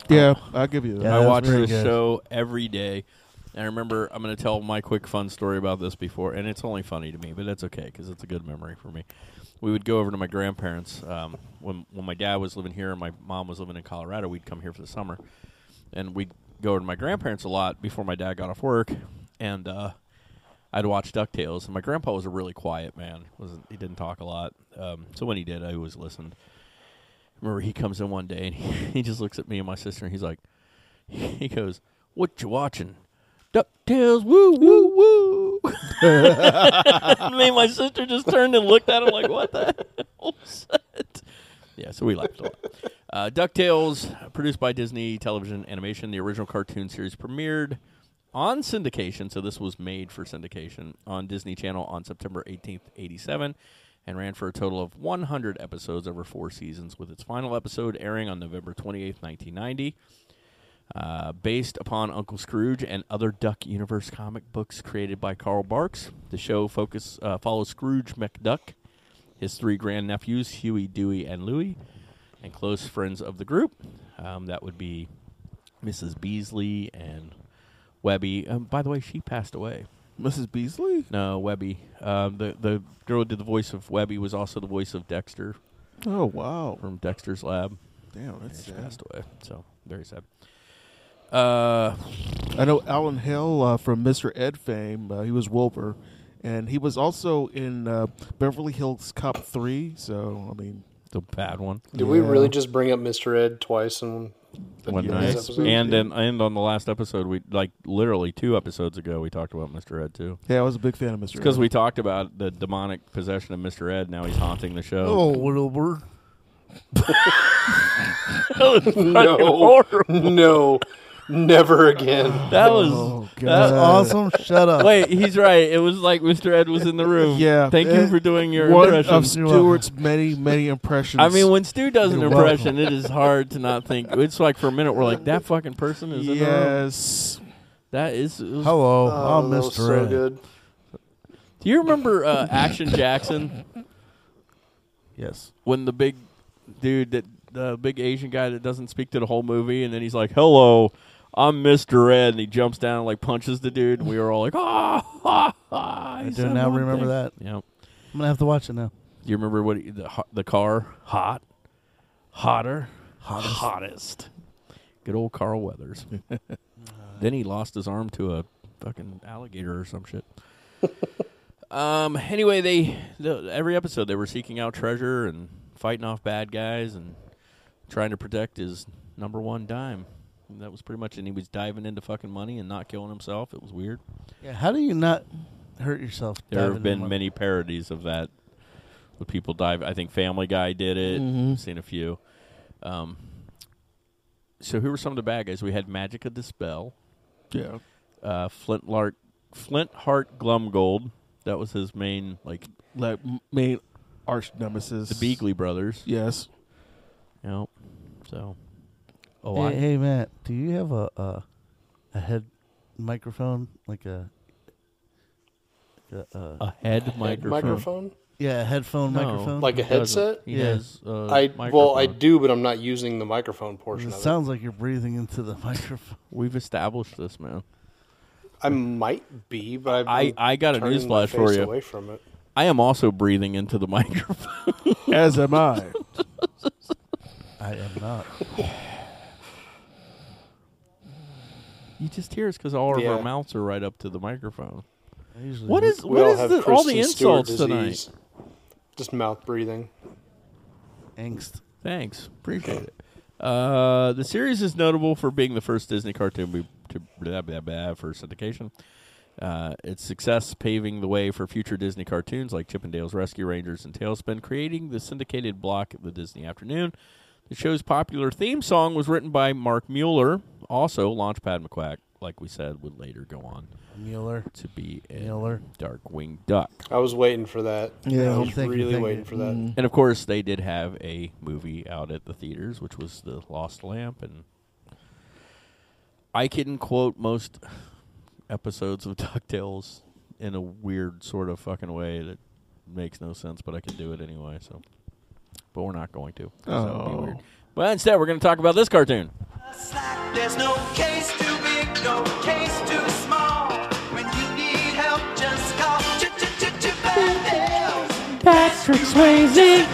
yeah, I'll give you that. I was watch pretty this good. show every day. I remember I'm going to tell my quick fun story about this before, and it's only funny to me, but that's okay because it's a good memory for me. We would go over to my grandparents um, when when my dad was living here and my mom was living in Colorado. We'd come here for the summer, and we'd go over to my grandparents a lot before my dad got off work, and uh, I'd watch Ducktales. And my grandpa was a really quiet man; wasn't he didn't talk a lot. Um, so when he did, I always listened remember he comes in one day and he, he just looks at me and my sister and he's like, he goes, "What you watching?" DuckTales, woo woo woo. me and my sister just turned and looked at him like, "What the hell?" was that?" yeah, so we laughed a lot. Uh, DuckTales, produced by Disney Television Animation, the original cartoon series premiered on syndication. So this was made for syndication on Disney Channel on September 18th, 87, and ran for a total of 100 episodes over four seasons, with its final episode airing on November 28th, 1990. Uh, based upon Uncle Scrooge and other Duck Universe comic books created by Carl Barks, the show focus uh, follows Scrooge McDuck, his three grandnephews Huey, Dewey, and Louie, and close friends of the group. Um, that would be Mrs. Beasley and Webby. Um, by the way, she passed away. Mrs. Beasley? No, Webby. Um, the the girl who did the voice of Webby was also the voice of Dexter. Oh, wow. From Dexter's Lab. Damn, that's And she sad. passed away. So very sad. Uh, I know Alan Hale uh, from Mr. Ed fame. Uh, he was Wilbur, and he was also in uh, Beverly Hills Cop Three. So I mean, the bad one. Did we really just bring up Mr. Ed twice in One in night. this episode? And then and on the last episode we like literally two episodes ago we talked about Mr. Ed too. Yeah, I was a big fan of Mr. Because Ed. we talked about the demonic possession of Mr. Ed, now he's haunting the show. Oh, Wilbur. no, Oh, no, never again. That was Oh, That's awesome. Shut up. Uh, Wait, he's right. It was like Mr. Ed was in the room. yeah, Thank you eh, for doing your one impression. of Stewart's many many impressions. I mean, when Stu does an You're impression, it is hard to not think. It's like for a minute we're like, that fucking person is in the room. yes, That is. it was- Hello, Oh, I'm that was Mr. so Ed. good. Do you remember uh, Action Jackson Yes. when the big dude that the big Asian guy that doesn't speak to the whole movie, and then he's like, "Hello, I'm Mr. Ed," and he jumps down and like punches the dude, and we were all like, "Ah!" ah, ah I do now remember that. Yeah. I'm gonna have to watch it now. Do you remember what he, the ho- the car hot, hotter, hottest. Good old Carl Weathers. then he lost his arm to a fucking alligator or some shit. um. Anyway, they the, every episode they were seeking out treasure and fighting off bad guys and trying to protect his number one dime. And that was pretty much, and he was diving into fucking money and not killing himself. It was weird. Yeah. How do you not hurt yourself? There diving have in been one? many parodies of that. With people dive, I think Family Guy did it. Mm-hmm. Seen a few. Um, so who were some of the bad guys? We had Magic of the Spell, yeah, uh, Flintlark, Flint Heart Glumgold. That was his main, like like m- main arch nemesis, the Beagley brothers. Yes, You know, so oh, Hey, hey, Matt, do you have a a, a head microphone like a, a, a a head microphone. Microphone? yeah a headphone No. microphone? Like a He doesn't. headset? He Yeah. has. a I well, I uh, microphone. do, but I'm not using the microphone portion it of sounds like you're breathing into the microphone. We've established this, man. it. I might be, but I I've I got a turning my newsflash for face you. Away from it. I am also breathing into the microphone. as am I. I am not. You just hear us because all of Yeah. our mouths are right up to the microphone. I usually What don't. is We what all is have the, all the Kristen Stewart insults tonight? disease. Just mouth breathing. angst? Thanks, appreciate it. Uh, the series is notable for being the first Disney cartoon be- to blah, blah, blah, for syndication. Uh, its success paving the way for future Disney cartoons like Chippendales Rescue Rangers and Tailspin, creating the syndicated block of the Disney Afternoon. The show's popular theme song was written by Mark Mueller, also Launchpad McQuack, like we said, would later go on Mueller. to be in Mueller. Darkwing Duck. I was waiting for that. Yeah, I was thank you, really thank waiting you. for that. And of course, they did have a movie out at the theaters, which was The Lost Lamp. And I can quote most episodes of DuckTales in a weird sort of fucking way that makes no sense, but I can do it anyway. So, but we're not going to. 'cause That would be weird. But instead, we're going to talk about this cartoon. Slack. There's no case too big, no case too small. Patrick Swayze.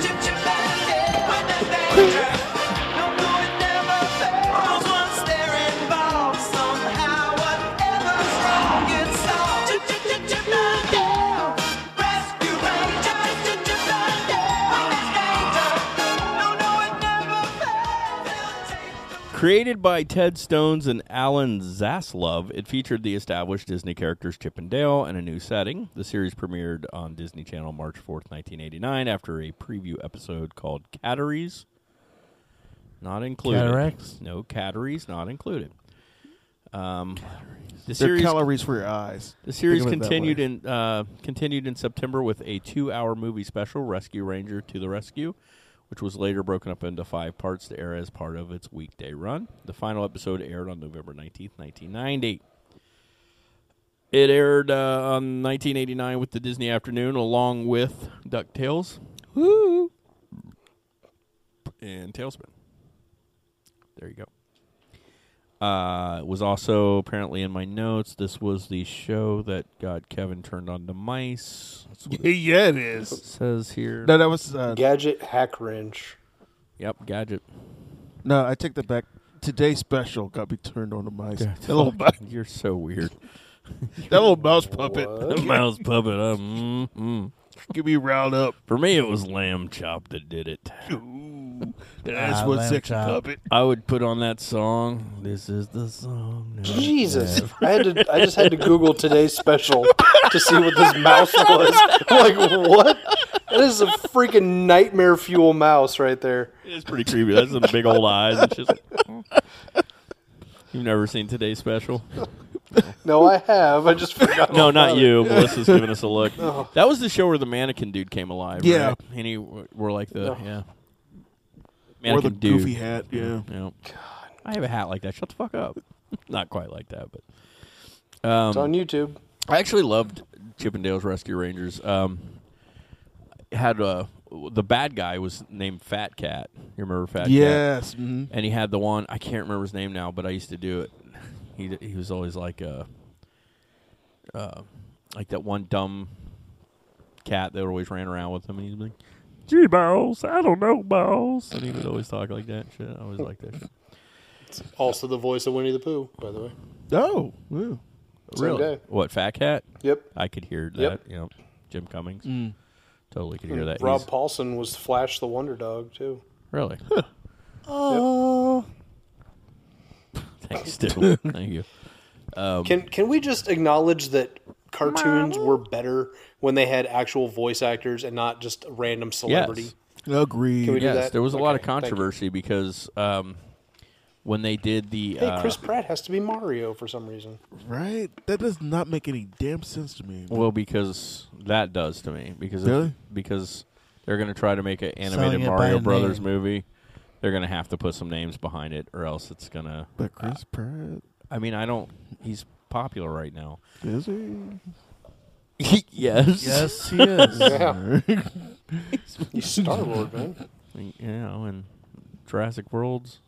Created by Ted Stones and Alan Zaslav, it featured the established Disney characters Chip and Dale in a new setting. The series premiered on Disney Channel March 4th, 1989, after a preview episode called Catteries. Not included. Cataracts? No, Catteries not included. Um, the They're series calories for your eyes. the series Think of it that way. continued in uh, continued in September with a two-hour movie special, Rescue Ranger to the Rescue, which was later broken up into five parts to air as part of its weekday run. The final episode aired on November nineteenth, nineteen ninety. It aired uh, on 1989 with the Disney Afternoon, along with Ducktales, woo, and Tailspin. There you go. Uh, it was also apparently in my notes. This was the show that got Kevin turned on to mice. That's what it yeah, it is. says here. No, that was uh, Gadget Hack Wrench. Yep, gadget. no. I take that back. Today's special got me turned on the mice. That Oh, little, mouse, You're so weird. that little mouse puppet The mouse puppet. uh, mm, mm. get me round up. For me, it was lamb chop that did it. Ooh, that's Ah, what lamb sexy chop. puppet. I would put on that song. This is the song. that Jesus, I had to. I just had to Google today's special to see what this mouse was. I'm like, what? That is a freaking nightmare fuel mouse right there. It's pretty creepy. That's some big old eyes. It's just. You've never seen today's special? No, I have. I just forgot. No, all not about it. you. Melissa's giving us a look. That was the show where the mannequin dude came alive. Yeah. right? and he w- wore like the yeah Or mannequin the dude. goofy hat. Yeah. Yeah. I have a hat like that. Shut the fuck up. not quite like that, but It's on YouTube. I actually loved Chippendale's Rescue Rangers. Um, it had uh the bad guy was named Fat Cat. You remember Fat Cat? Yes. mhm. and he had the one I can't remember his name now, but I used to do it. He he was always like uh, uh like that one dumb cat that always ran around with him, and he'd be like, "Gee, balls, I don't know, balls," and he would always talk like that. and Shit, I always like that. Shit. Also, the voice of Winnie the Pooh, by the way. Oh. yeah. Same Oh. guy. What fat cat? Yep. I could hear that. Yep. You know, Jim Cummings. Totally could hear And that. Rob He's- Paulson was Flash the Wonder Dog too. really? Thanks, dude. Thank you. Can can we just acknowledge that cartoons were better when they had actual voice actors and not just a random celebrity? Yes. Agreed. Can we do Yes, that? there was a lot of Okay, thank you. controversy because um, when they did the Hey, uh, Chris Pratt has to be Mario for some reason. Right? That does not make any damn sense to me. well, because that does to me because Really? because they're going to try to make an Selling animated it by Mario a Brothers name. movie. They're going to have to put some names behind it, or else it's going to. But Chris Pratt I mean, I don't. He's popular right now. is he? yes. Yes. Yes, he is. Yeah. He's Star Lord, man. You know, and Jurassic Worlds.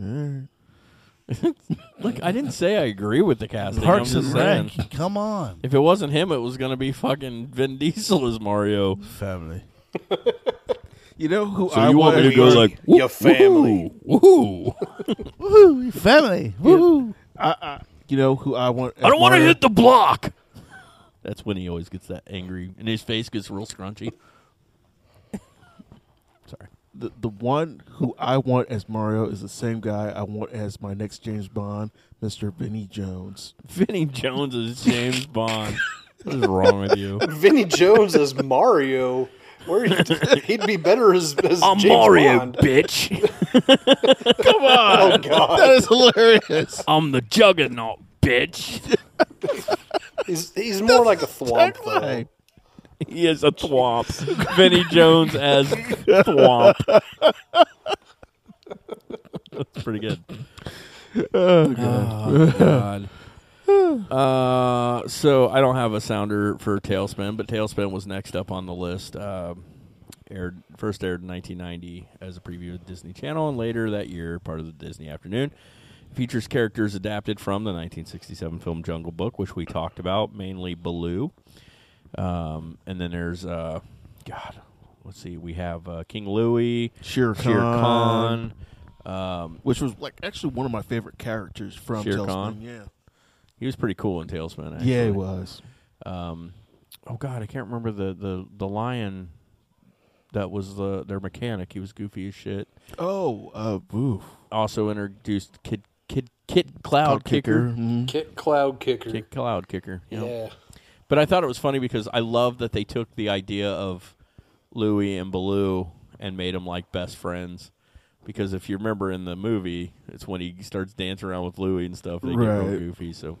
Yeah. Look, I didn't say I agree with the casting. Parks I'm and just Rec. saying. Come on, If it wasn't him, it was going to be fucking Vin Diesel as Mario. family. You know who So I you want me to go wanna- like Your family. Woohoo. Woohoo, family. um, Woohoo. You know who I want? I don't want to Mario? hit the block. That's when he always gets that angry, and his face gets real scrunchy. Sorry. the the one who I want as Mario is the same guy I want as my next James Bond, Mister Vinny Jones. Vinny Jones is James Bond. What is wrong with you? Vinny Jones as Mario. Where he'd, he'd be better as, as I'm James Mario, Bond. bitch. Oh God, That is hilarious. I'm the juggernaut, bitch. he's, he's more like a thwomp though. Tagline. He is a thwomp. Vinny Jones as thwomp. That's pretty good. Oh, God. God. Uh, so I don't have a sounder for Tailspin, but Tailspin was next up on the list. Um, aired first aired in 1990 as a preview of Disney Channel, and later that year, part of the Disney Afternoon. Features characters adapted from the 1967 film Jungle Book, which we talked about, mainly Baloo. Um, and then there's uh, God, let's see, we have uh, King Louis, Shere Khan, Khan. um, which was like actually one of my favorite characters from Shere Tales Khan? from- Yeah, He was pretty cool in Tailspin. Actually. yeah, it was. Um, oh God, I can't remember the the the lion that was the their mechanic. He was goofy as shit. Oh, uh, oof. Also introduced Kid Kid Kid Cloud Kicker. Mhm. Kick cloud kicker. Kid Cloud Kicker. you know. Yeah. But I thought it was funny because I love that they took the idea of Louie and Baloo and made them like best friends. Because if you remember in the movie, it's when he starts dancing around with Louie and stuff. They get real Right. goofy. So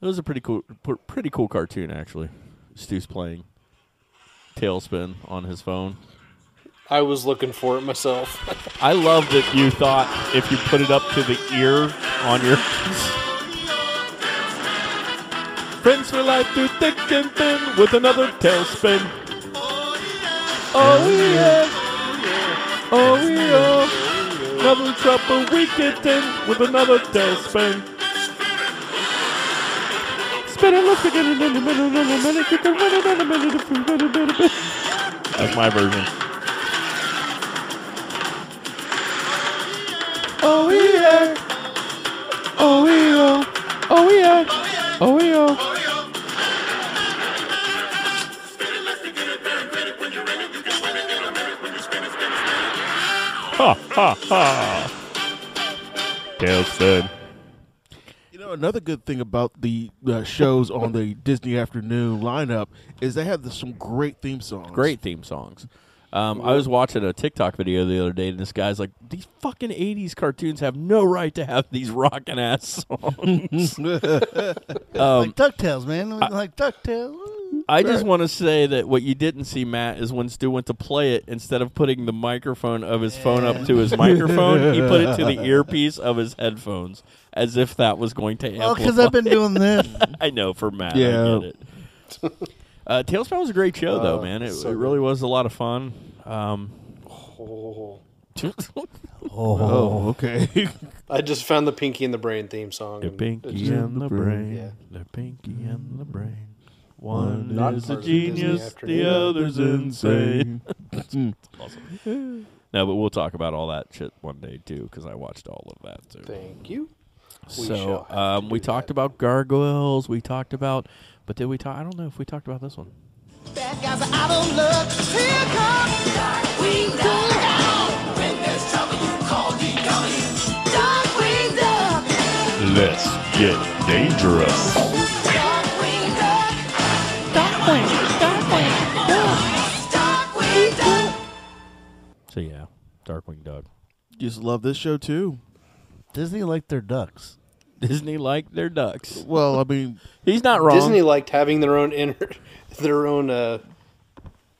it was a pretty cool, pr- pretty cool cartoon actually. Stu's playing Tailspin on his phone. I was looking for it myself. I love that you thought if you put it up to the ear on your. Friends for life through thick and thin with another tailspin. Oh yeah, oh yeah, another trouble we get in with another tailspin. Spin it, let's begin it in a minute, in a minute, get the minute, in a minute, if we get it in a minute. That's my version. Oh yeah. Oh yeah. Oh yeah. Oh yeah. Ha ha ha. Tailspin. You know, another good thing about the uh, shows on the Disney afternoon lineup is they have the, some great theme songs. Great theme songs. Um, I was watching a TikTok video the other day, and this guy's like, "These fucking '80s cartoons have no right to have these rockin' ass songs." like Ducktales, man. like Ducktales. Ooh. I just want to say that what you didn't see, Matt, is when Stu went to play it, instead of putting the microphone of his phone up to his microphone, he put it to the earpiece of his headphones, as if that was going to amplify. Well, because Oh, I've been doing this. I know for Matt. I Yeah. get it. Uh, Tailspin was a great show, though, Oh, man. It, so it really was a lot of fun. Um, Oh. Oh, okay. I just found the Pinky and the Brain theme song. the and pinky it's- and the brain, Yeah. the pinky and the brain. One Not is a part of the Disney genius, the afternoon. other's insane. No, but we'll talk about all that shit one day too, because I watched all of that too. Thank you. We so shall have um, to we do talked that. about gargoyles. We talked about, but did we talk? I don't know if we talked about this one. Bad guys are out of luck. Here comes Darkwing Duck. When there's trouble, you call DW. Darkwing Duck. Let's get dangerous. Darkwing Duck. Darkwing. Darkwing Duck. Darkwing Duck. So yeah, Darkwing Duck. Just love this show too. Disney liked their ducks. Disney liked their ducks. Well, I mean, He's not wrong. Disney liked having their own inner, their own uh,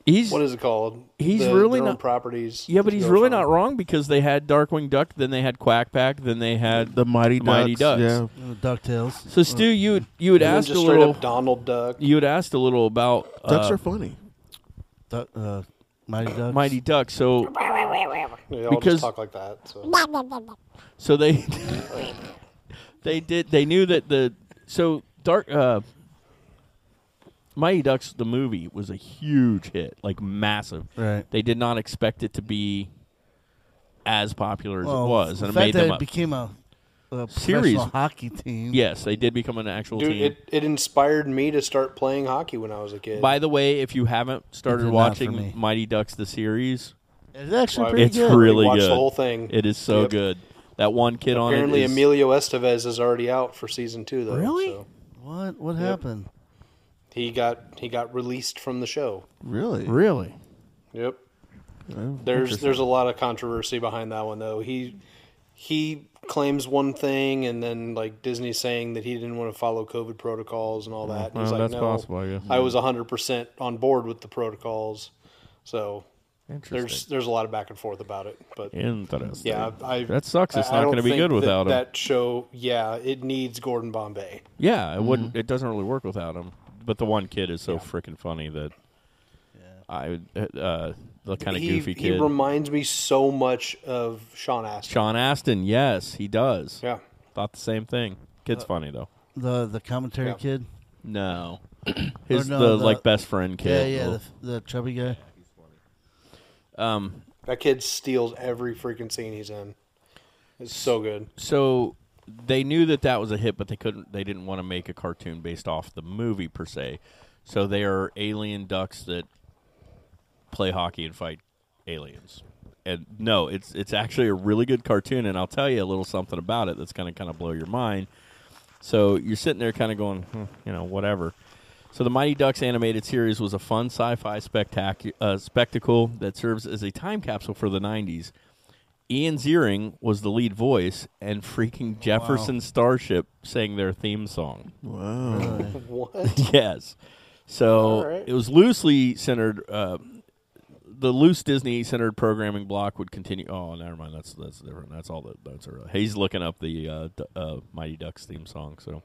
he's what is it called? He's The- really their own not- properties. yeah, but to he's go really from. not wrong because they had Darkwing Duck, then they had Quack Pack, then they had. the Mighty Ducks. Mighty Ducks. Yeah. Uh, Ducktales. Uh, So Stu, you would- you had And then asked a just straight little. up Donald Duck. You had asked a little about Ducks uh, are funny. Duck, uh, Mighty Ducks. Mighty Duck. So They all because- just talk like that. So. So they they did they knew that the so dark uh Mighty Ducks the movie was a huge hit, like massive. Right. They did not expect it to be as popular as Well, it was, and the it fact made that them it up. became a, a Series. professional hockey team. yes, they did become an actual Dude, team. it, it inspired me to start playing hockey when I was a kid. By the way, if you haven't did started not for watching me. Mighty Ducks the series, It's actually Why- pretty it's good. really Watch good. the whole thing. It is so Yep. good. That one kid on Apparently, it is, Emilio Estevez is already out for season two, though. Really? so What what happened? he got he got released from the show. Really? really Yep. There's there's a lot of controversy behind that one though. He he claims one thing, and then like Disney saying that he didn't want to follow COVID protocols and all that. And he's Well, like, that's no, possible, I guess. I was 100 percent on board with the protocols. So interesting. there's there's a lot of back and forth about it, but Interesting. yeah, I, That sucks. It's I- I not don't gonna be think good that- without him. That show, yeah, it needs Gordon Bombay. Yeah, it wouldn't. It doesn't really work without him. But the one kid is so frickin' funny that I would uh, the kind of he, goofy he kid. reminds me so much of Sean Astin. Sean Astin, yes, he does. Yeah, Thought the same thing. Kid's funny though. The the commentary Yeah. kid. No, his no, the, the- like best friend kid. Yeah, yeah, Oh. the, the chubby guy. Um, That kid steals every freaking scene he's in. It's so good. so they knew that that was a hit, but they couldn't. They didn't want to make a cartoon based off the movie per se. So they are alien ducks that play hockey and fight aliens. And no, it's it's actually a really good cartoon, and I'll tell you a little something about it that's going to kind of blow your mind. So you're sitting there kind of going, hmm, you know, whatever. So the Mighty Ducks animated series was a fun sci-fi spectac- uh, spectacle that serves as a time capsule for the 90s. Ian Ziering was the lead voice, and freaking Jefferson Starship sang their theme song. Wow. What? yes. So All right. it was loosely centered. Uh, the loose Disney centered programming block would continue. Oh, never mind. That's that's different. That's all the notes are. He's looking up the uh, D- uh, Mighty Ducks theme song. So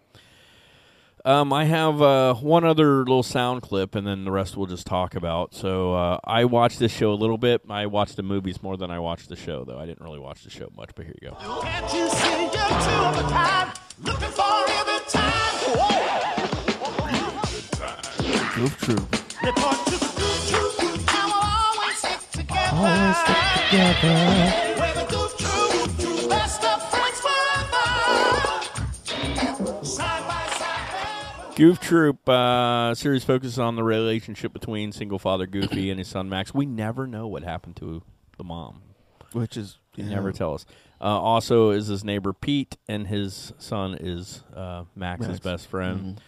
um, I have uh, one other little sound clip, and then the rest we'll just talk about. So uh, I watched this show a little bit. I watched the movies more than I watched the show, though. I didn't really watch the show much, but here you go. Can't you see you're two of a kind? Looking for every time. Whoa. Goof Troop. Report to the goof troop. Now we're always stick together. Always stick together. We're the goof troop. Best of friends forever. Side by side. Goof Troop uh, series focuses on the relationship between single father Goofy and his son Max. We never know what happened to the mom. Which is They yeah. never tell us. Uh, also, is his neighbor Pete, and his son is uh, Max's Max. Mm-hmm. best friend.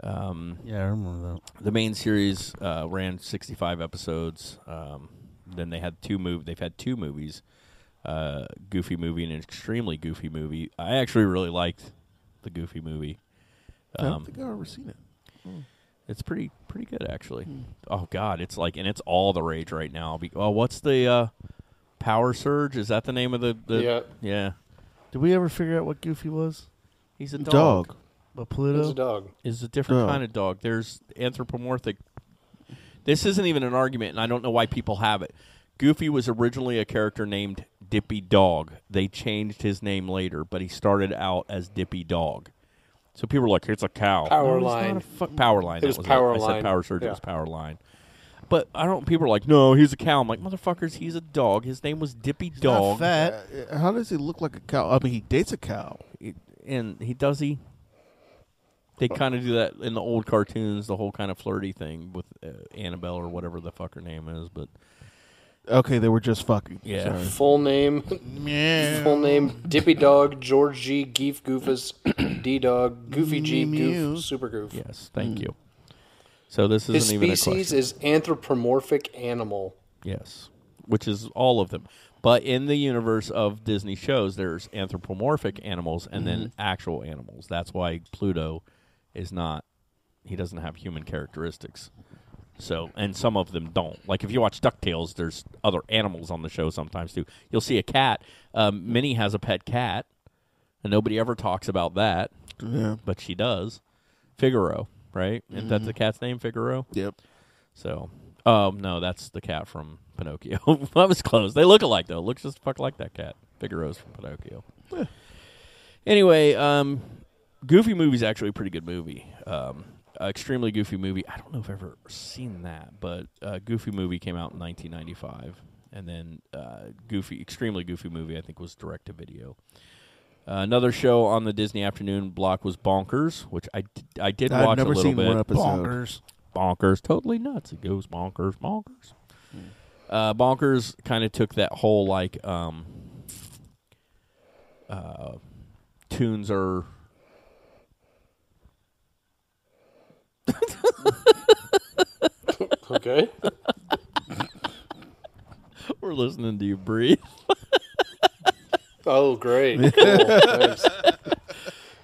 Um, Yeah, I remember that. the main series uh, ran 65 episodes. Um, then they had two mov- They've had two movies: uh, Goofy movie and an extremely Goofy movie. I actually really liked the Goofy movie. I don't Um, think I've ever seen it. it's pretty pretty good actually. Oh God, it's like and it's all the rage right now. Be- oh, what's the uh, power surge? Is that the name of the? the Yeah. yeah. Did we ever figure out what Goofy was? He's a Dog. But It's a Pluto? dog. Is a different Dog. kind of dog. There's anthropomorphic. This isn't even an argument, and I don't know why people have it. Goofy was originally a character named Dippy Dog. They changed his name later, but he started out as Dippy Dog. So people are like, "It's a cow." Power No, he's line. not a fu- power line. It that was it. power I line. said power surge. It Yeah. was power line. But I don't. People are like, "No, he's a cow." I'm like, "Motherfuckers, he's a dog. His name was Dippy Dog." Fat. Uh, How does he look like a cow? I mean, he dates a cow. it- and he does he they kind of do that in the old cartoons the whole kind of flirty thing with uh, annabelle or whatever the fuck her name is but Okay, they were just fucking. Yeah. Sorry. Full name. Full name Dippy Dog, George G, Geef Goofus, D Dog, Goofy G, Goof, Super Goof. yes thank you Hmm. so this isn't His even a species question is anthropomorphic animal. yes which is all of them but in the universe of disney shows there's anthropomorphic animals and then actual animals that's why pluto is not he doesn't have human characteristics So, and some of them don't. Like if you watch Ducktales, there's other animals on the show sometimes too. You'll see a cat. Um, Minnie has a pet cat, and nobody ever talks about that. Yeah. but she does. Figaro, right? Isn't that the cat's name, Figaro? Yep. So, um, no, that's the cat from Pinocchio. that was close. They look alike though. Looks just fuck like that cat. Figaro's from Pinocchio. Eh. Anyway, um, Goofy movie's actually a pretty good movie. Um, uh, extremely goofy movie. I don't know if I've ever seen that, but uh, Goofy movie came out in 1995, and then uh, Goofy, extremely goofy movie, I think was direct to video. Uh, another show on the Disney afternoon block was Bonkers, which I did, I did I've watch a never little seen bit one episode. Bonkers. bonkers, totally nuts. It goes bonkers, bonkers. Uh, bonkers kind of took that whole like um, uh, tunes are. Okay. We're listening to you breathe. oh, great. Cool. Thanks.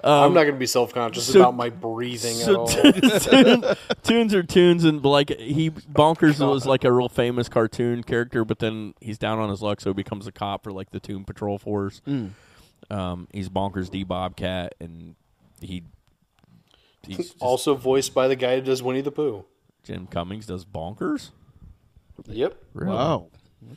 I'm not going to be self conscious Um, so- about my breathing at So all. tune- tunes are tunes, and like he bonkers was like a real famous cartoon character, but then he's down on his luck, so he becomes a cop for like the Toon Patrol Force. Um, he's bonkers D Bobcat, and he he's just- also voiced by the guy who does Winnie the Pooh. Jim Cummings does bonkers. Yep. Really? Wow.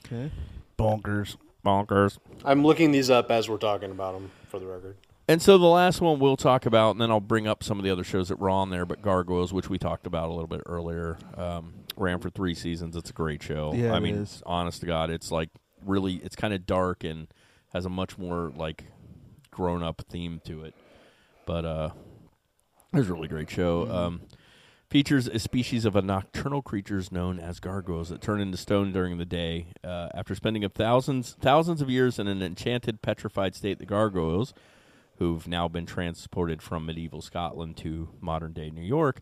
Okay. Bonkers. Bonkers. I'm looking these up as we're talking about them, for the record. And so the last one we'll talk about, and then I'll bring up some of the other shows that were on there, but Gargoyles, which we talked about a little bit earlier. Um, ran for three seasons. It's a great show. Yeah, I it mean, is. honest to God, it's like really, it's kind of dark and has a much more like grown up theme to it. But uh, it was a really great show. Um, features a species of a nocturnal creatures known as gargoyles that turn into stone during the day. Uh, after spending up thousands thousands of years in an enchanted, petrified state, the gargoyles, who've now been transported from medieval Scotland to modern day New York,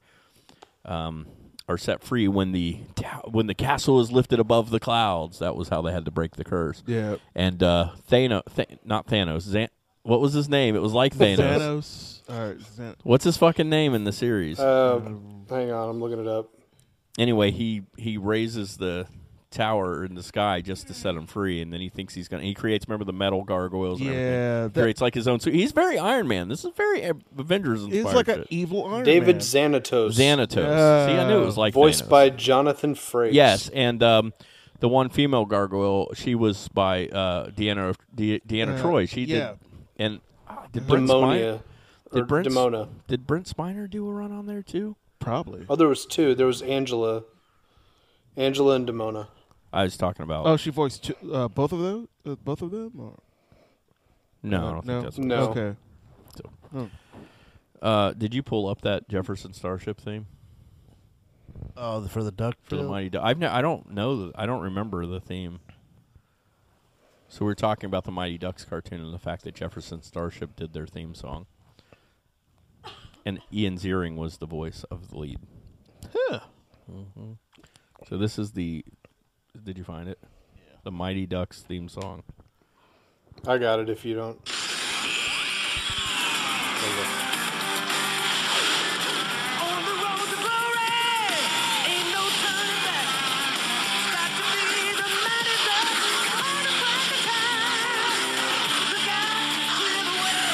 um, are set free when the ta- when the castle is lifted above the clouds. That was how they had to break the curse. Yeah. And uh, Thanos, Th- not Thanos, Zan- what was his name? It was like Thanos. Thanos. All right, Xan- What's his fucking name in the series? Uh, hang on, I'm looking it up. anyway, he he raises the tower in the sky just to set him free, and then he thinks he's gonna. He creates remember the metal gargoyles. And Yeah, everything. that- creates like his own. So he's very Iron Man. This is very uh, Avengers inspired. It's like an shit. evil Iron David Man. Xanatos. Xanatos. See, I knew it was like voiced Thanos. by Jonathan Frakes. Yes, and um, the one female gargoyle, she was by uh, Deanna De- Deanna Uh, Troy. She yeah. did. And uh, did Brent Demonia. Spiner? Or Did Brent, Demona. did Brent Spiner do a run on there too? probably. Oh, there was two. There was Angela, Angela and Demona. I was talking about. Oh, she voiced two, uh, both of them. Uh, both of them. Or? no, I don't no, think that's. No. Okay. Uh, did you pull up that Jefferson Starship theme? Oh, the- for the duck. for the Mighty Ducks. I've ne- I don't know. The, I don't remember the theme. So we we're talking about the Mighty Ducks cartoon and the fact that Jefferson Starship did their theme song, and Ian Ziering was the voice of the lead. hmm So this is the. Did you find it? Yeah. The Mighty Ducks theme song. I got it. If you don't, On the road to glory, ain't no turning back. Got to be the man of the corner the time. Look out, clear the way.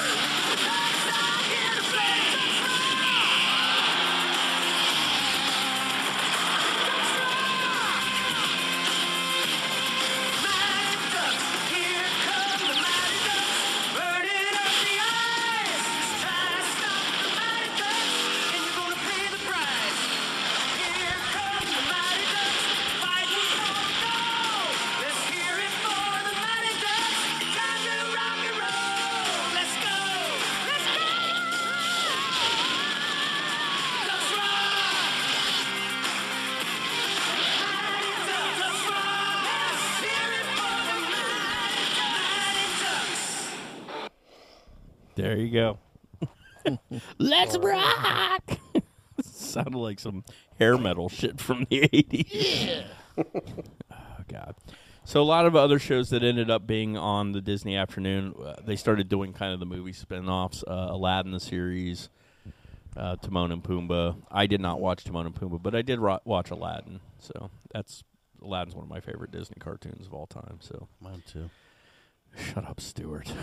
Lights out here to play. Mighty Ducks, here come the Mighty Ducks, burning up the ice. Try to stop the Mighty Ducks, and you're gonna pay the price. Here come the Mighty Ducks, fighting for the gold. Let's hear it for the Mighty Ducks. Time to rock and roll. Let's go. Let's go. Ducks rock. There you go. Let's rock. Sounded like some hair metal shit from the eighties. oh god. So a lot of other shows that ended up being on the Disney afternoon, uh, they started doing kind of the movie spin-offs, uh, Aladdin the series, uh, Timon and Pumbaa. I did not watch Timon and Pumbaa, but I did ro- watch Aladdin. So that's Aladdin's one of my favorite Disney cartoons of all time. So Mine too. shut up, Stuart.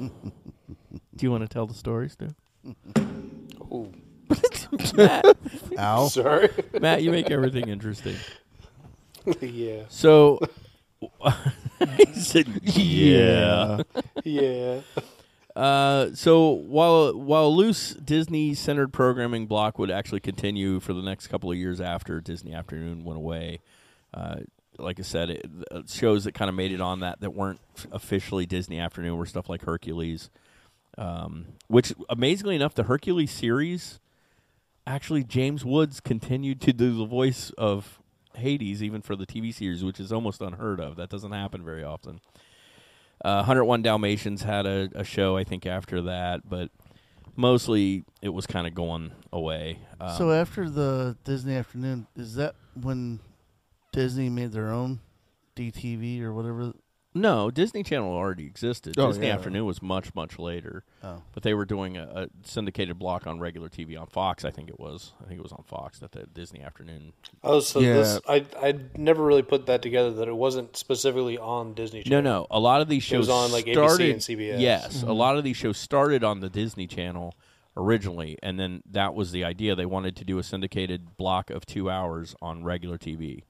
Do you want to tell the story, Stu? Oh. Ow. sorry. Matt, you make everything interesting. yeah, So he said, "Yeah." yeah. Uh, so while while loose Disney centered programming block would actually continue for the next couple of years after Disney Afternoon went away, uh, like I said, it, uh, shows that kind of made it on that that weren't f- officially Disney Afternoon were stuff like Hercules, um, which amazingly enough, the Hercules series actually James Woods continued to do the voice of Hades even for the TV series, which is almost unheard of. That doesn't happen very often. Uh, 101 Dalmatians had a, a show, I think, after that, but mostly it was kind of going away. Um, so after the Disney afternoon, is that when Disney made their own DTV or whatever? no, Disney Channel already existed. Oh, Disney yeah. Afternoon was much, much later. Oh. But they were doing a, a syndicated block on regular TV on Fox, I think it was. I think it was on Fox that the Disney Afternoon. Oh, so this Yeah. I I never really put that together that it wasn't specifically on Disney No, Channel. no. A lot of these shows was on, like, ABC started, and CBS. Yes, a lot of these shows started on the Disney Channel originally, and then that was the idea. They wanted to do a syndicated block of two hours on regular TV.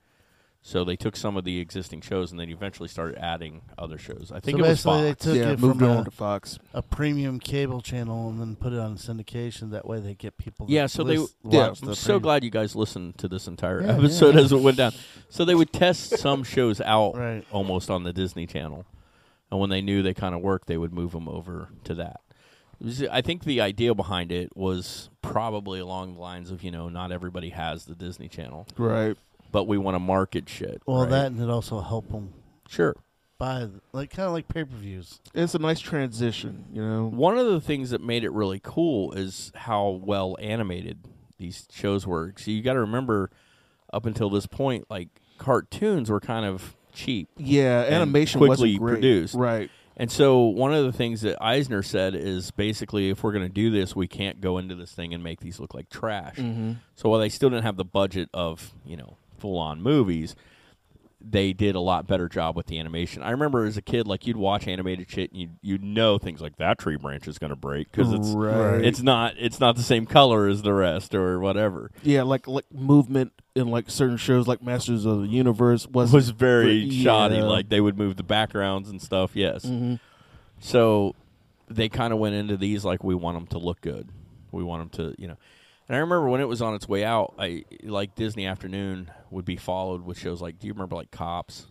So they took some of the existing shows and then eventually started adding other shows. I So think it was basically, Fox. they took Yeah, it moved from it on a, to Fox. a premium cable channel and then put it on syndication. That way, they get people. that Yeah, so they. lis- yeah, watch I'm the so premium. glad you guys listened to this entire Yeah, episode yeah. as it went down. So they would test some shows out Right. almost on the Disney Channel, and when they knew they kind of worked, they would move them over to that. It was- I think the idea behind it was probably along the lines of you know not everybody has the Disney Channel, Right. but we want to market shit. Well, right? that and it also help them sure. buy th- like kind of like pay per views. It's a nice transition, you know. One of the things that made it really cool is how well animated these shows were. So you got to remember, up until this point, like cartoons were kind of cheap, Yeah, and animation quickly wasn't great. produced, Right. And so one of the things that Eisner said is basically, if we're going to do this, we can't go into this thing and make these look like trash. So while they still didn't have the budget of you know full on movies. They did a lot better job with the animation. I remember as a kid, like you'd watch animated shit and you'd, you'd know things like that tree branch is going to break because it's Right. it's not it's not the same color as the rest or whatever. Yeah, like like movement in like certain shows, like Masters of the Universe was It was very Yeah. Mm-hmm. shoddy. Like they would move the backgrounds and stuff. Yes. So they kind of went into these like we want them to look good. We want them to you know. And I remember when it was on its way out, I like Disney Afternoon would be followed with shows like Do you remember like Cops?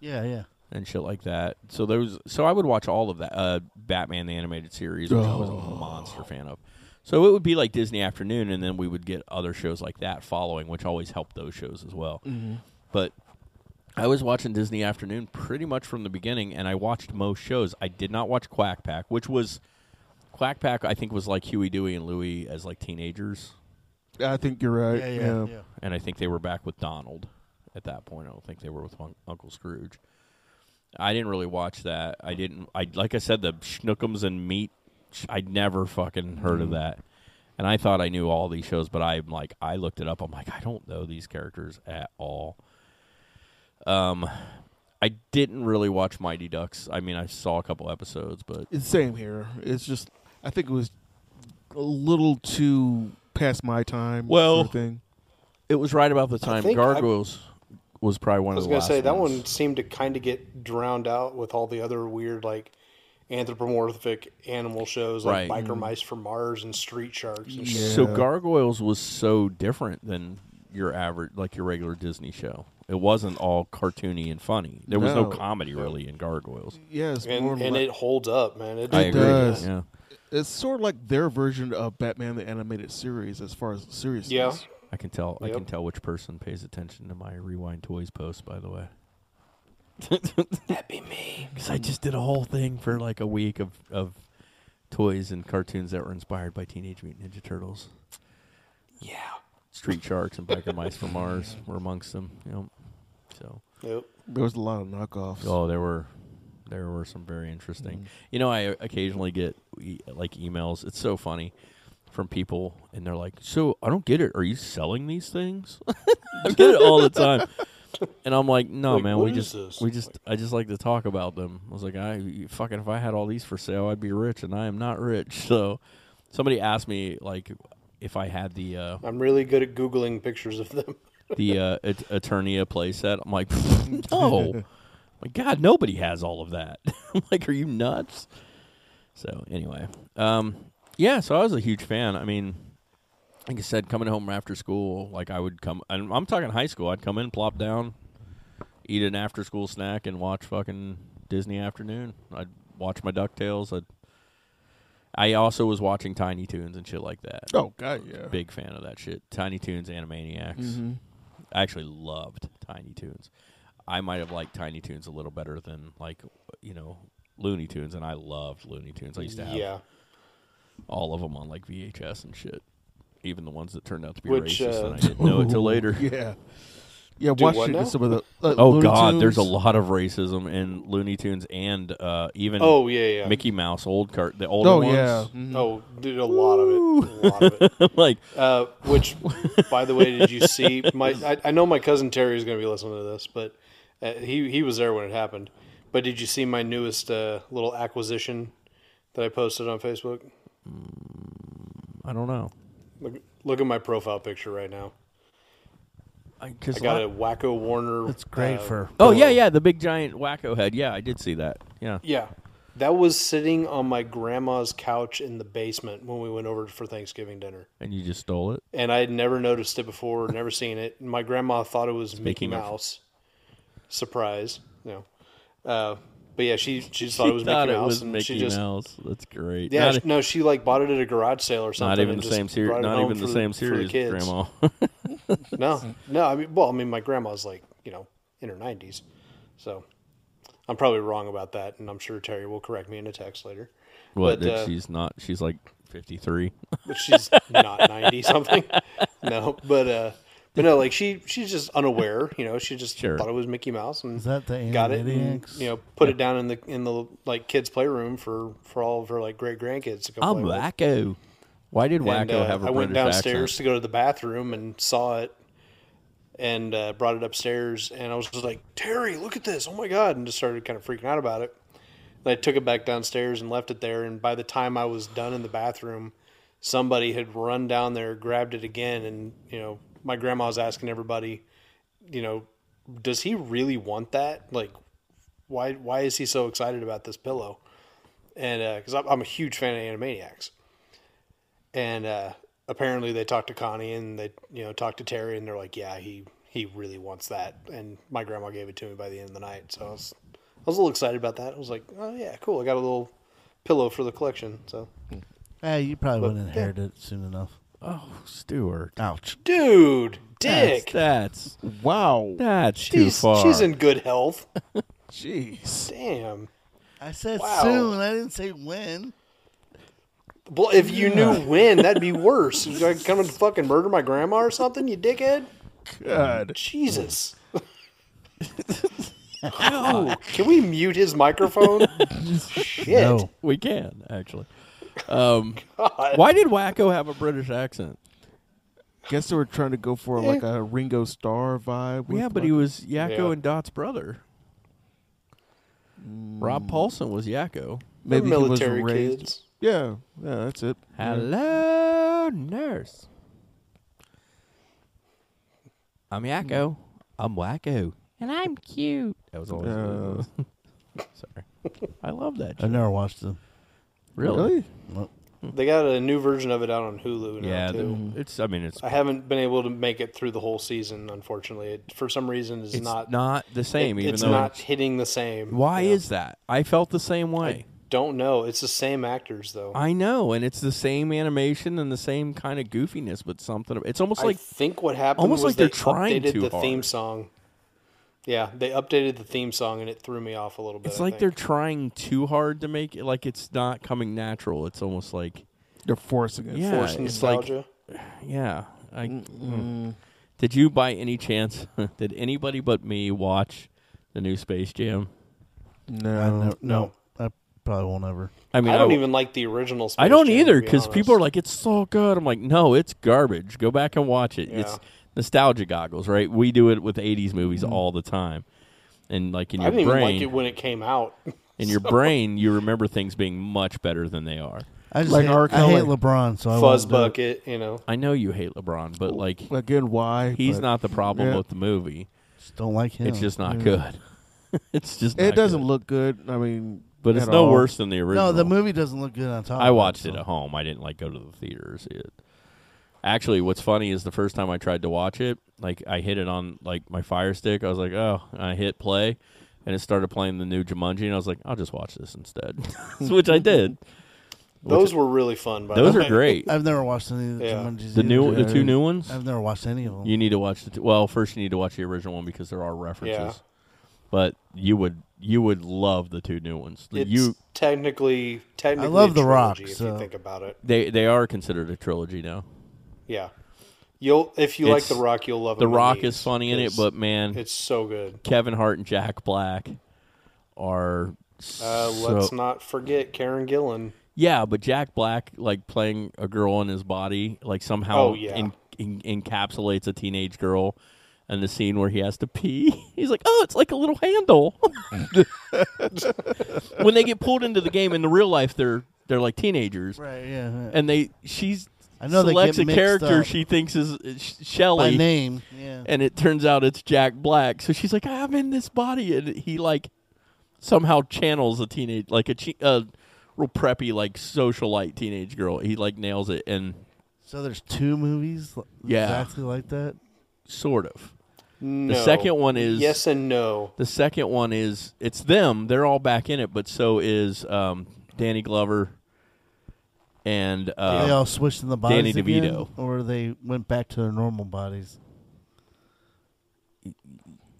Yeah, yeah. and shit like that. So there was, so I would watch all of that. Uh, Batman the animated series, which I was a monster fan of. So it would be like Disney Afternoon, and then we would get other shows like that following, which always helped those shows as well. But I was watching Disney Afternoon pretty much from the beginning, and I watched most shows. I did not watch Quack Pack, which was Quack Pack. I think was like Huey, Dewey, and Louie as like teenagers, I think you're right. Yeah, yeah, yeah. and I think they were back with Donald at that point. I don't think they were with Unc- Uncle Scrooge. I didn't really watch that. I didn't. I like I said the Schnookums and meat. sh- I'd never fucking heard Mm-hmm. of that, and I thought I knew all these shows, but I'm like I looked it up. I'm like I don't know these characters at all. Um, I didn't really watch Mighty Ducks. I mean, I saw a couple episodes, but It's same here. It's just I think it was a little too past my time. Well- sort of thing. it was right about the time think I- Gargoyles was probably one I was of the gonna last. say that ones. one seemed to kind of get drowned out with all the other weird like anthropomorphic animal shows like Right. biker mice from Mars and street sharks and shit. So Gargoyles was so different than your average, like your regular Disney show. It wasn't all cartoony and funny. There was no, No. comedy really in Gargoyles. Yeah, it's more and, and like, it holds up, man. It, I it agree. does. Yeah. it's sort of like their version of Batman the animated series as far as seriousness. Yeah. I can tell. I can Yep. tell which person pays attention to my Rewind Toys post. By the way, That'd be me. because I just did a whole thing for like a week of of toys and cartoons that were inspired by Teenage Mutant Ninja Turtles, Yeah. Street Sharks, and Biker Mice from Mars were amongst them. Yep. So. Yep. There was a lot of knockoffs. Oh, there were there were some very interesting. Mm-hmm. You know, I occasionally get e- like emails. It's so funny from people, and they're like, "So I don't get it. Are you selling these things?" I get it all the time, and I'm like, "No, Like, man. what We is just this?" we just I just like to talk about them." I was like, "I you- fucking if I had all these for sale, I'd be rich, and I am not rich." So somebody asked me like if I had the uh, I'm really good at googling pictures of them. the uh, at- Eternia playset. I'm like, no, my God, nobody has all of that. I'm like, are you nuts? So anyway, um, yeah. So I was a huge fan. I mean, like I said, coming home after school, like I would come, and I'm talking high school. I'd come in, plop down, eat an after school snack, and watch fucking Disney Afternoon. I'd watch my Ducktales. I'd I also was watching Tiny Toons and shit like that Oh god, yeah. big fan of that shit. Tiny Toons, Animaniacs. Mm-hmm. I actually loved Tiny Toons. I might have liked Tiny Toons a little better than like you know Looney Tunes, and I loved Looney Tunes. I used to have Yeah. all of them on like VHS and shit, even the ones that turned out to be Which, racist, uh, and I didn't know it till later. Yeah. Yeah, Do watch what now? some of the uh, Oh Looney God, there's a Tunes. lot of racism in Looney Tunes and uh, even Oh yeah, yeah. Mickey Mouse old cart the older Oh ones. yeah. Oh, dude, a lot of it. A lot of it. I'm like Uh, which, by the way, did you see? My I, I know my cousin Terry is going to be listening to this, but uh, he he was there when it happened. But did you see my newest uh, little acquisition that I posted on Facebook? I don't know. Look, look at my profile picture right now. I I just got lo- a Wacko Warner. uh, That's great for- Oh yeah, yeah, the big giant wacko head. Yeah, I did see that. Yeah. Yeah. That was sitting on my grandma's couch in the basement when we went over for Thanksgiving dinner. And you just stole it. And I had never noticed it before, never seen it. My grandma thought it was Mickey Speaking of- Mouse. Surprise. No. Uh, but yeah, she, she just thought She it was thought Mickey Mouse. was and Mickey she just, Mouse. That's great. Yeah, Not- sh- no, she like bought it at a garage sale or something. Not even and the just same brought series. it Not home even the for same for the series, kids. Grandma. no, no. I mean, well, I mean, my grandma's like you know in her nineties, so I'm probably wrong about that, and I'm sure Terry will correct me in a text later. what? but, that uh, she's not. She's like fifty three. but she's not ninety something. No, but uh, but no, like she she's just unaware. You know, she just Sure. thought it was Mickey Mouse and Is that the got it. And, Animaniacs? you know, put it down in the in the like kids' playroom for for all of her like great grandkids to go. I'm play with. wacko. Why did wacko And, uh, have a I went British downstairs accent? to go to the bathroom and saw it, and uh, brought it upstairs. And I was just like, "Terry, look at this! Oh my god!" And just started kind of freaking out about it. And I took it back downstairs and left it there. And by the time I was done in the bathroom, somebody had run down there, grabbed it again, and you know, my grandma was asking everybody, you know, does he really want that? Like, why why is he so excited about this pillow? And because I'm, I'm a huge fan of Animaniacs, and uh, apparently they talked to Connie and they you know talked to Terry and they're like, yeah, he he really wants that. And my grandma gave it to me by the end of the night, so I was I was a little excited about that. I was like, oh yeah, cool. I got a little pillow for the collection. So Hey, you probably wouldn't inherit it soon enough. Oh, Stewart. Ouch. dude, Dick, That's that's, Wow. that's too she's far. she's in good health. Jeez. Damn. I said Wow. soon. I didn't say when. Well, if you knew when, that'd be worse. You gonna come and fucking murder my grandma or something, you dickhead. God. Jesus. Ow. Can we mute his microphone? Shit. No. we can actually. Um, why did wacko have a British accent? Guess they were trying to go Eh. for like a Ringo Starr vibe. with, Yeah, but like, he was Yakko Yeah. and Dot's brother. Mm. Rob Paulson was Yakko. They're maybe he was military raised. kids. Yeah, yeah, that's it. Mm-hmm. Hello, nurse. I'm Yakko. I'm Wacko. Mm. And I'm cute. That was always Uh, Sorry. I love that. I Uh, shit. never watched them. really? They got a new version of it out on Hulu now Yeah, too. the- it's. I mean, it's. I haven't been able to make it through the whole season, unfortunately. It, for some reason, is It's not, not the it- same. even it's though. not hitting the same. why Yeah. is that? I felt the same way. don't know? It's the same actors though. I, know, and it's the same animation and the same kind of goofiness, but something. It's almost I like think what happened almost was like they're they trying updated too the hard. theme song. Yeah, they updated the theme song and it threw me off a little bit. It's I like think. they're trying too hard to make it like it's not coming natural. It's almost like They're forcing it. yeah, forced it's like nostalgia. yeah. I, mm. Did you by any chance? did anybody but me watch the new Space Jam? No. I never, no. no. I probably won't ever. I mean, I don't even like the original. Space I don't Jam, to either be because honest. people are like, "It's so good." I'm like, "No, it's garbage. Go back and watch it. It's Yeah. Mm-hmm. nostalgia goggles, right? We do it with '80s movies all the time, and like in I your didn't even brain, like it when it came out. in your brain, you remember things being much better than they are. I just Like hate, R. I hate Kelly. LeBron, so I Fuzz won't do it. bucket, you know. I know you hate LeBron, but like Again, why? He's but not the problem Yeah. with the movie. Just don't like him. It's just not Yeah. good. it's just It not doesn't good. look good. I mean, but it's at no all. worse than the original. No, the movie doesn't look good on Oh, top. I of watched it so- at home. I didn't like go to the theater to see it. Actually, what's funny is the first time I tried to watch it, like I hit it on like my Fire Stick. I was like, oh, and I hit play, and it started playing the new Jumanji, and I was like, I'll just watch this instead, which I did. Those were really fun. By Those the are way. great. I've never watched any of the Yeah. Jumanjis The either. new, the two new ones. I've never watched any of them. You need to watch the. T- well, first you need to watch the original one because there are references. But you would you would love the two new ones. The- It's you technically technically. love a The Rock, trilogy, If so- you think about it, they they are considered a trilogy now. yeah. You'll if you like It's- The Rock, you'll love The him in Rock these, is funny in it, 'cause but man, it's so good. Kevin Hart and Jack Black are Uh, so, let's not forget Karen Gillan. yeah, but Jack Black like playing a girl in his body like somehow Oh, yeah. en- en- encapsulates a teenage girl. And the scene where he has to pee, he's like, "Oh, it's like a little handle." when they get pulled into the game in the real life, they're they're like teenagers, right? Yeah. and they she's I know they selects get a mixed character up. she thinks is is Sh- Shelly By name, yeah. and it turns out it's Jack Black. So she's like, "I'm in this body," and he like somehow channels a teenage, like a che- a real preppy, like socialite teenage girl. He like nails it, and So there's two movies li- Yeah. exactly like that. sort of. No. The second one is yes and no. The second one is it's them. They're all back in it, but so is um, Danny Glover and uh, they all switched in the bodies. Danny again, DeVito. or they went back to their normal bodies.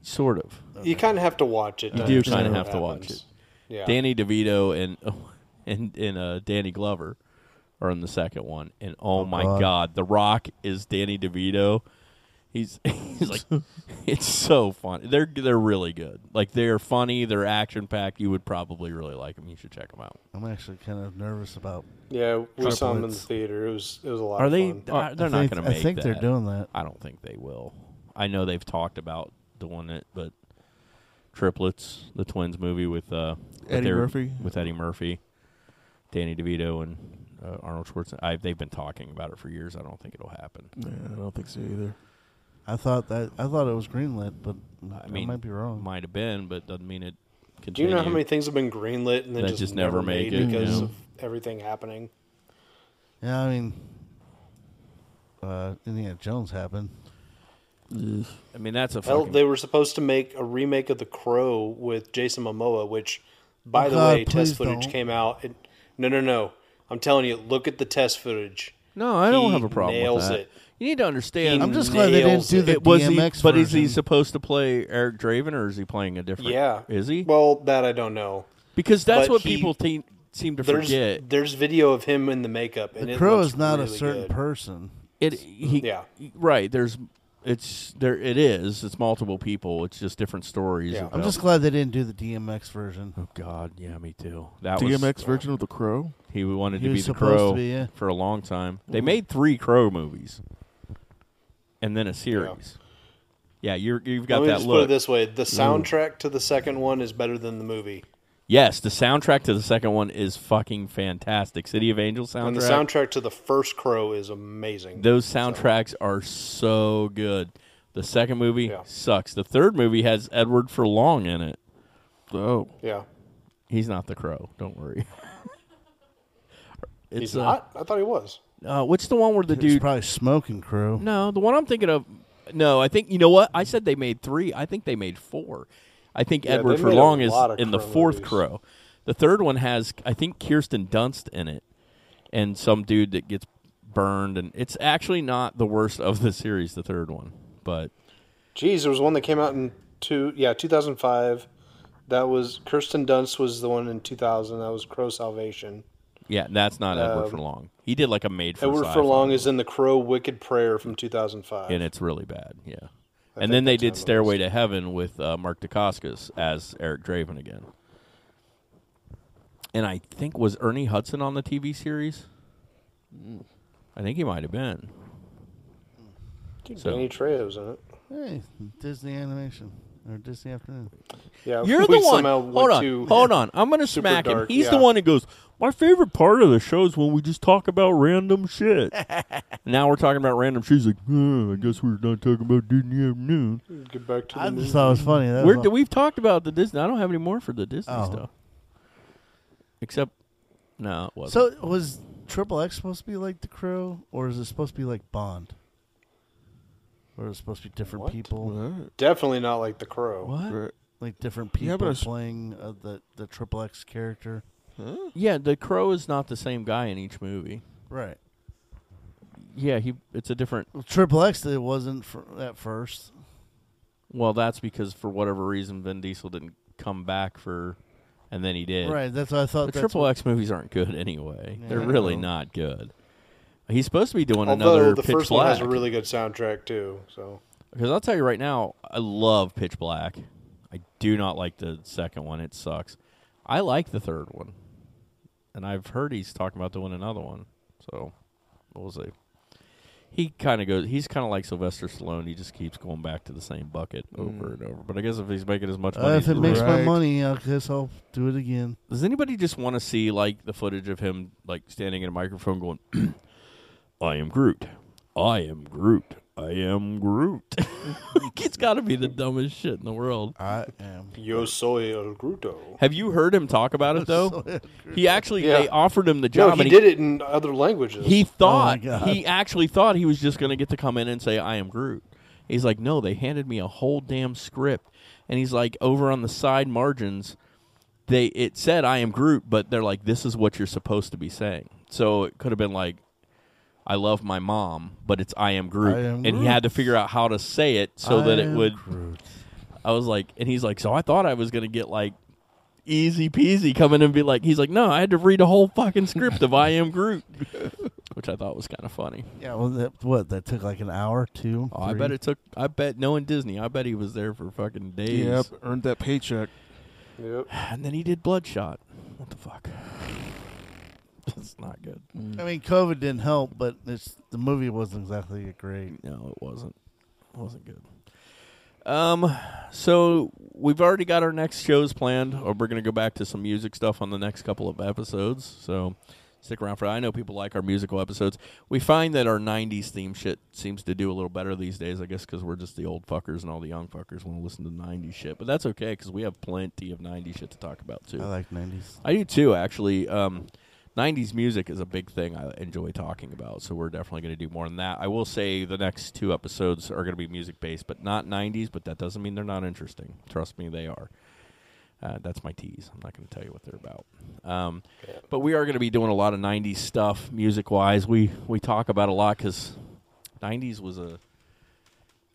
sort of. You kind of have to watch it. You to do understand kind of what have to watch it. happens. Yeah. Danny DeVito and and and uh, Danny Glover are in the second one, and oh, my God. god. The Rock is Danny DeVito. He's he's like it's so funny. They're they're really good. Like they're funny. They're action packed. You would probably really like them. You should check them out. I'm actually kind of nervous about. Yeah, we saw him in the Triplets. theater. It was it was a lot. Are of they? fun. Are, they're I not think- going to I make. think they're that. doing that. I don't think they will. I know they've talked about doing it, but triplets, the twins movie with uh, with Eddie their- Murphy? with Eddie Murphy, Danny DeVito, and uh, Arnold Schwarzenegger. I, they've been talking about it for years. I don't think it'll happen. Yeah, I don't think so either. I thought that I thought it was greenlit, but I I, mean, might be wrong. Might have been, but doesn't mean it. Do you Continued. know how many things have been greenlit and then That just, just never never make made it, because yeah. of everything happening? yeah, I mean, uh, Indiana Jones happened. I mean, that's a Hell, fucking. they were supposed to make a remake of The Crow with Jason Momoa, which, by the God, way, test please footage don't. came out. It, no, no, no. I'm telling you, look at the test footage. no, I don't He have a problem nails with that. it. You need to understand. I'm just glad they didn't nails do it. the it was he, DMX but is he version. supposed to play Eric Draven or is he playing a different? Yeah, is he? Well, that I don't know. Because that's But what he- people te- seem to There's forget. there's video of him in the makeup. And The it crow looks is not really a certain good. person. It he Yeah. right. There's it's there. It is. It's multiple people. It's just different stories. Yeah. I'm about- just glad they didn't do the DMX version. Oh God, yeah, me too. That DMX was version of the Crow. he wanted He to be was the supposed to crow be, yeah. Mm-hmm. for a long time. They made three crow movies, and then a series. Yeah, you're you've got Let me that just put look. it this way: the soundtrack to the second one is better than the movie, yes, the soundtrack to the second one is fucking fantastic. City of Angels soundtrack. and the soundtrack to the first Crow is amazing. Those soundtracks are so good. The second movie Yeah. sucks. The third movie has Edward Furlong in it. Oh, yeah, He's not the crow. Don't worry. It's he's uh, not. I thought he was. Uh, what's the one where the It's dude? probably smoking crew. no, the one I'm thinking of. No, I think you know what I said. They made three. I think they made four. I think Yeah, Edward they made a Furlong is lot of in the Crow fourth movies. crow. The third one has I think Kirsten Dunst in it, and some dude that gets burned, and it's actually not the worst of the series. The third one, but Jeez, there was one that came out in two, yeah, 2005. That was Kirsten Dunst was the one in 2000. That was Crow Salvation. yeah, that's not Edward Um, Furlong. He did like a made for Edward sci-fi. Furlong is in the Crow Wicked Prayer from 2005. and it's really bad. Yeah, think and then they that's how it did was. Stairway to Heaven with uh, Mark Dacascos as Eric Draven again. And I think was Ernie Hudson on the TV series. I think he might have been. Dude, so- Danny Trejo's in it. Hey, Disney Animation or Disney Afternoon. Yeah, You're we the one. somehow went Hold on, to- hold on. I'm gonna super smack him. dark, He's the yeah. one who goes. My favorite part of the show is when we just talk about random shit. now we're talking about random shit. He's like, "Uh, I guess we're not talking about Disney Afternoon. Get back to the I movie. just thought it was funny. That We're, was all. we've talked about the Disney. I don't have any more for the Disney Uh-huh. Oh. stuff. Except, no, it wasn't. So was Triple X supposed to be like the crew, or is it supposed to be like Bond? Or is it supposed to be different What? people, Definitely not like the Crow. what? like different Yeah, but people it's- playing uh, the the Triple X character? Yeah, the crow is not the same guy in each movie. Right. Yeah, he. It's a different. Well, Triple X it wasn't for, at first. Well, that's because for whatever reason Vin Diesel didn't come back for, and then he did. Right. That's what I thought. The that's Triple what- X movies aren't good anyway. Yeah. They're really not good. He's supposed to be doing Although another the Pitch first one Black. has a really good soundtrack too. So Because I'll tell you right now, I love Pitch Black. I do not like the second one; it sucks. I like the third one, and I've heard he's talking about doing another one. So we'll see. He kind of goes. He's kind of like Sylvester Stallone. He just keeps going back to the same bucket over and over. But I guess if he's making as much money, Uh, as if it he's makes my Right. money, I guess I'll do it again. does anybody just want to see like the footage of him like standing in a microphone going I am Groot. I am Groot. I am Groot. it's got to be the dumbest shit in the world. I am. Yo soy el Gruto. Have you heard him talk about it though? He actually Yeah. they offered him the No, job. he and did it in other languages. He thought Oh, God. he actually thought he was just going to get to come in and say I am Groot. He's like, "No, they handed me a whole damn script." And he's like, "Over on the side margins, they it said I am Groot, but they're like, this is what you're supposed to be saying." So it could have been like I love my mom, but it's I am Groot. I am and he Groot. had to figure out how to say it so I that it am would Groot. I was like, and he's like, so I thought I was gonna get like easy peasy come in and be like, he's like, no, I had to read a whole fucking script of I am Groot, which I thought was kind of funny. Yeah, well, that, what that took like an hour, two. Oh, I bet it took. I bet knowing Disney, I bet he was there for fucking days. Yep, earned that paycheck. Yep. And then he did Bloodshot. What the fuck? That's not good. I mean, COVID didn't help, but it's the movie wasn't exactly great. No, it wasn't. It wasn't good. Um, so we've already got our next shows planned, or we're gonna go back to some music stuff on the next couple of episodes. So stick around for that. I know people like our musical episodes. We find that our '90s theme shit seems to do a little better these days. I guess because we're just the old fuckers and all the young fuckers want to listen to '90s shit, but that's okay because we have plenty of '90s shit to talk about too. I like nineties. I do too, actually. Um, 90s music is a big thing I enjoy talking about, so we're definitely going to do more than that. I will say the next two episodes are going to be music based, but not 90s, but that doesn't mean they're not interesting. Trust me, they are. Uh, that's my tease. I'm not going to tell you what they're about. Um, But we are going to be doing a lot of 90s stuff music wise. We, we talk about a lot because 90s was a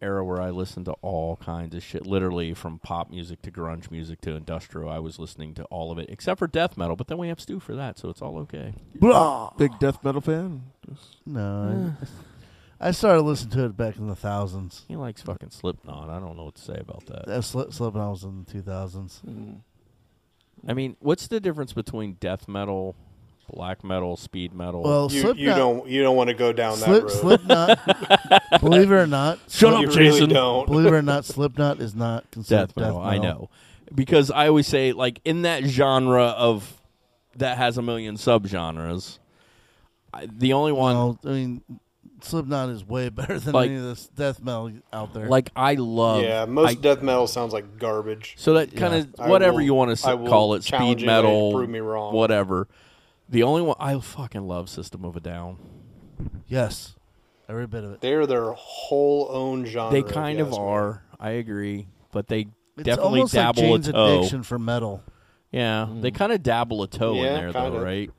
era where I listened to all kinds of shit, literally from pop music to grunge music to industrial. I was listening to all of it except for death metal, but then we have Stu for that, so it's all okay. Big death metal fan. No, I, I started listening to it back in the thousands. He likes fucking Slipknot. I don't know what to say about that. That slept, slept when I was in the two thousands. I mean, what's the difference between death metal, black metal, speed metal? Well, You, Slipknot, you don't you don't want to go down that Slip, road. Slipknot. believe it or not, Shut you up, really Jason. don't. believe it or not, Slipknot is not considered death death metal. metal, I know. Because I always say, like, in that genre of that has a million subgenres, I, the only one. No, I mean, Slipknot is way better than Like- any of this death metal out there. Like I love, Yeah, I- most death metal sounds like garbage. So that kind of I whatever will- you want to I s- will call it, challenge speed anybody to metal, prove me wrong. whatever. The only one I fucking love System of a Down. yes, every bit of it. They're their whole own genre. They if you kind ask of me. are. I agree, but they It's definitely almost like dabble Jane's a toe. addiction Mm. for metal. Yeah, they kind of dabble a toe in Yeah, there though, kinda. right?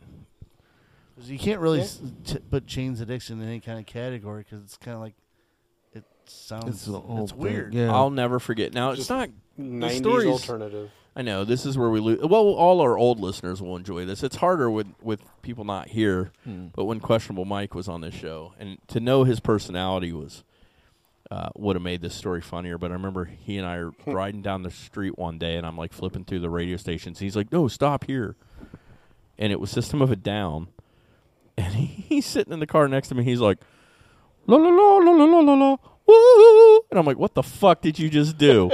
'Cause You can't really s t put Jane's addiction in any kind of category because it's kind of like it sounds. It's, the whole thing, weird. Yeah. I'll never forget. Now it's Just not. The 90s stories- alternative. I know this is where we lose. Well, all our old listeners will enjoy this. It's harder with with people not here, but when Questionable Mike was on this show, and to know his personality was uh, would have made this story funnier. But I remember he and I are riding down the street one day, and I'm like flipping through the radio stations. He's like, "No, stop here," and it was System of a Down, and he's sitting in the car next to me. He's like, "La la la la la la la la." Woo! And I'm like, what the fuck did you just do?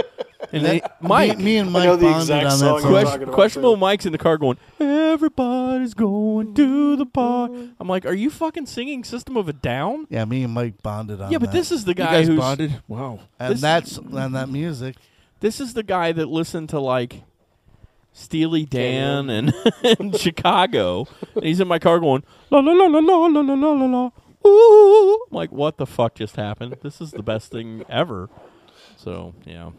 And then Mike, me, me and Mike know the bonded exact on song that you're song. talking Question, about questionable too. Mike's in the car going, Everybody's going to the bar. Mm. I'm like, Are you fucking singing System of a Down? Yeah, me and Mike bonded on. Yeah, but that. this is the You guy guys who's bonded. Wow. and this- that's and that music. this is the guy that listened to like Steely Dan and, and Chicago. And he's in my car going, La la la la la la la la la la. Ooh. I'm like, what the fuck just happened? This is the best thing ever. So yeah.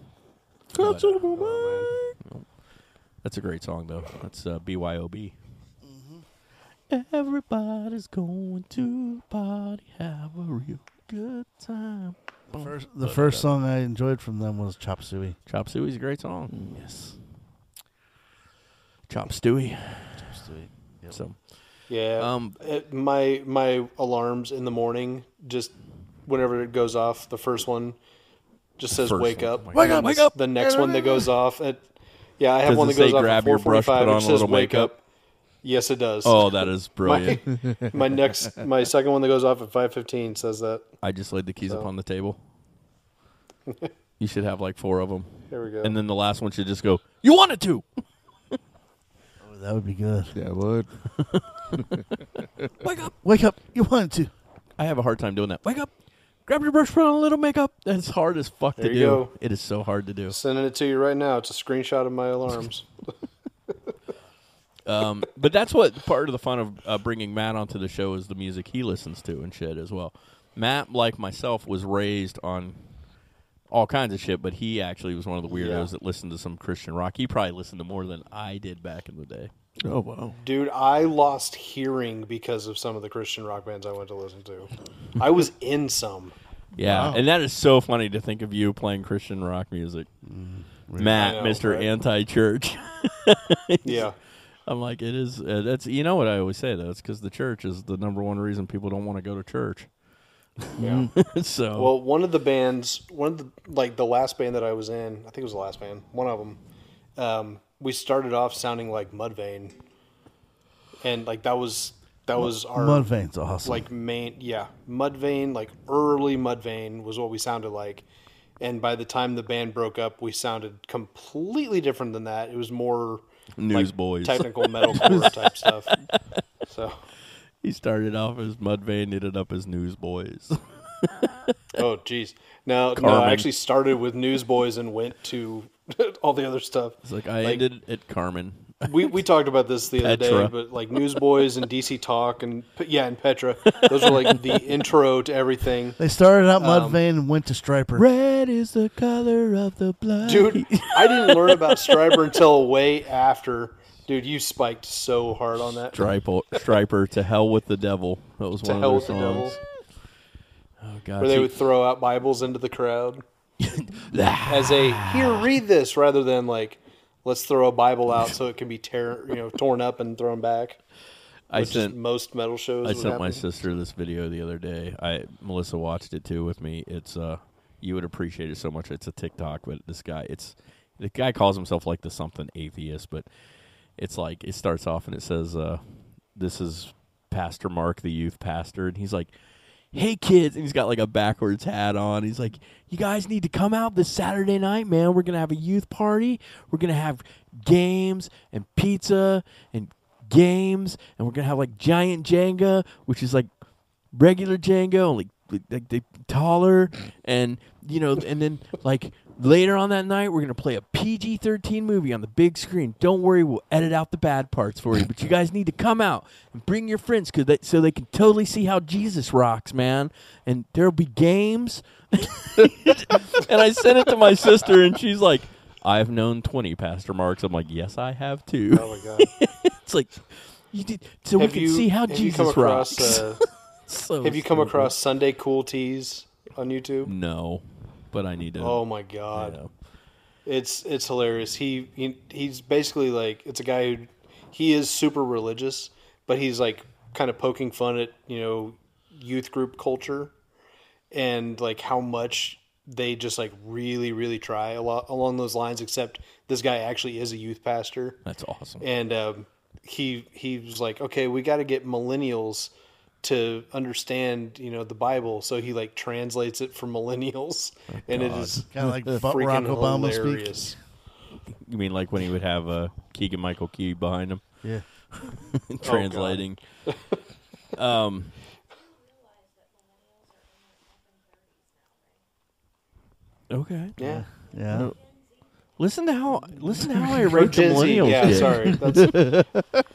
Questionable Mike. That's a great song though. That's uh, BYOB. Mm-hmm. Everybody's going to the party, have a real good time. First, the first song I enjoyed from them was Chop Suey. Chop Suey's a great song. Yes. Chop Stewie. So Yeah. Um, It- my my alarms in the morning just whenever it goes off, the first one just says first wake one. up. Wake up, And wake the- up. The next one that goes off at yeah, I have Does one it that goes say off grab at your brush, 4:45, put on which a says little wake makeup? up. Yes, it does. Oh, that is my, brilliant. my next my second one that goes off at 5:15 says that. I just laid the keys up on the table. you should have like four of them. There we go. And then the last one should just go, You wanted to. Oh, that would be good. Yeah, I would. Wake up! You wanted to I have a hard time doing that. Wake up, grab your brush, put on a little makeup. That's hard as fuck There to you do. go. It is so hard to do. Sending it to you right now. It's a screenshot of my alarms. Um, but that's what part of the fun of uh, bringing Matt onto the show is the music he listens to and shit as well. Matt, like myself, was raised on all kinds of shit, but he actually was one of the weirdos Yeah. that listened to some Christian rock. He probably listened to more than I did back in the day. Oh wow. Dude, I lost hearing because of some of the Christian rock bands I went to listen to. I was in some. Yeah, Wow. and that is so funny to think of you playing Christian rock music, Matt, Mm, I know, Mister right? Anti Church. Yeah. I'm like, it is. Uh, that's you know what I always say though. It's because the church is the number one reason people don't want to go to church. Yeah. so Well, one of the bands, one of the like the last band that I was in, I think it was the last band, one of them. Um, we started off sounding like Mudvayne, and like that was that was our Mudvayne's awesome. like main yeah Mudvayne like early Mudvayne was what we sounded like, and by the time the band broke up, we sounded completely different than that. It was more Newsboys. like, technical metalcore type stuff. So He started off as Mudvayne, ended up as Newsboys. Oh, jeez. No, no, Carmen. I actually started with Newsboys and went to all the other stuff. It's like I ended at Carmen. We, we talked about this the other Petra. day, but like Newsboys and DC Talk and yeah, and Petra, those were like the intro to everything. They started out um, Mudvayne and went to Striper. Red is the color of the blood. Dude, I didn't learn about Striper until way after. Dude, you spiked so hard on that. Striper, Striper, to hell with the devil. That was to one hell of with the their devil. songs. Oh God! Where they see- would throw out Bibles into the crowd as a here, read this, rather than like let's throw a Bible out so it can be tear, you know, torn up and thrown back. I which is sent most metal shows. I would sent my happen. sister this video the other day. I Melissa watched it too with me. It's uh, you would appreciate it so much. It's a TikTok, but this guy, it's the guy calls himself like the something atheist, but it's like it starts off and it says, uh, "This is Pastor Mark, the youth pastor," and he's like. Hey kids, and he's got like a backwards hat on. He's like, "You guys need to come out this Saturday night, man. We're gonna have a youth party. We're gonna have games and pizza and games, and we're gonna have like giant Jenga, which is like regular Jenga, only like they taller, and you know, and then like later on that night, we're gonna play a PG thirteen movie on the big screen. Don't worry, we'll edit out the bad parts for you, but you guys need to come out and bring your friends, cause they, so they can totally see how Jesus rocks, man. And there'll be games, and I sent it to my sister, and she's like. I've known 20 Pastor Marks. I'm like, yes, I have too. Oh my god! It's like you did so we Have can you- see how have you Jesus come across, rocks. uh, So have you come stupid. across Sunday Cool Teas on YouTube? No, but I need to. Oh my god! know. It's it's hilarious. He, he he's basically like it's a guy who he is super religious, but he's like kind of poking fun at you know youth group culture and like how much they just like really really try a lot along those lines. Except this guy actually is a youth pastor. That's awesome. and um, he he was like, okay, we got to get millennials to understand, you know, the Bible. So he like translates it for millennials, and it is Kind of like Butt Rock freaking Obama speak. hilarious. You mean like when he would have uh, Keegan Michael Key behind him Oh, Yeah. translating? um, okay. Yeah, Yeah. Listen to how listen to how I rate the Gen Z, millennials. yeah, get. sorry. That's,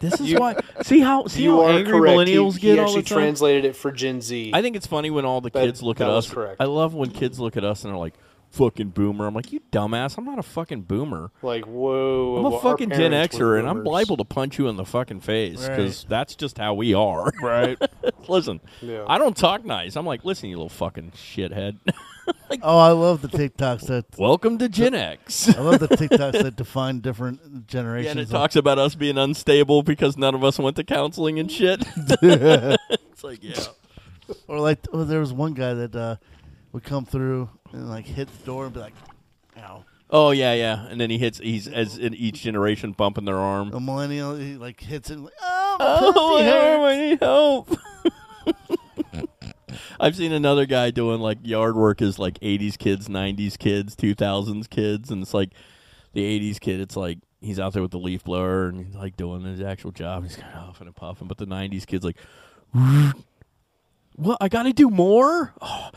This is why. See how see you how are angry correct. millennials he, get he all actually the time. translated it for Gen Z. I think it's funny when all the That- kids look that at was us. correct. I love when kids look at us and are like, "Fucking boomer." I'm like, "You dumbass! I'm not a fucking boomer. like, whoa, I'm well, a our fucking Gen parents were Xer, and I'm boomers. liable to punch you in the fucking face because that's just how we are." Right. listen, Yeah. I don't talk nice. I'm like, "Listen, you little fucking shithead. Oh, I love the TikToks that Welcome to Gen X." I love the TikToks that define different Yeah, generations. and it of- talks about us being unstable because none of us went to counseling and shit. it's like, yeah. Or like, oh, there was one guy that uh, would come through and like hit the door and be like, "Ow!" Oh yeah, yeah. And then he hits. He's as in each generation bumping their arm. A millennial he like hits it, like, "Oh, my Oh, pussy my hurts." arm, I need help. I've seen another guy doing like yard work is like 80s kids, 90s kids, 2000s kids. And it's like the 80s kid, it's like he's out there with the leaf blower and he's like doing his actual job. He's kind of huffing and puffing. But the 90s kid's like, what? I got to do more? Oh.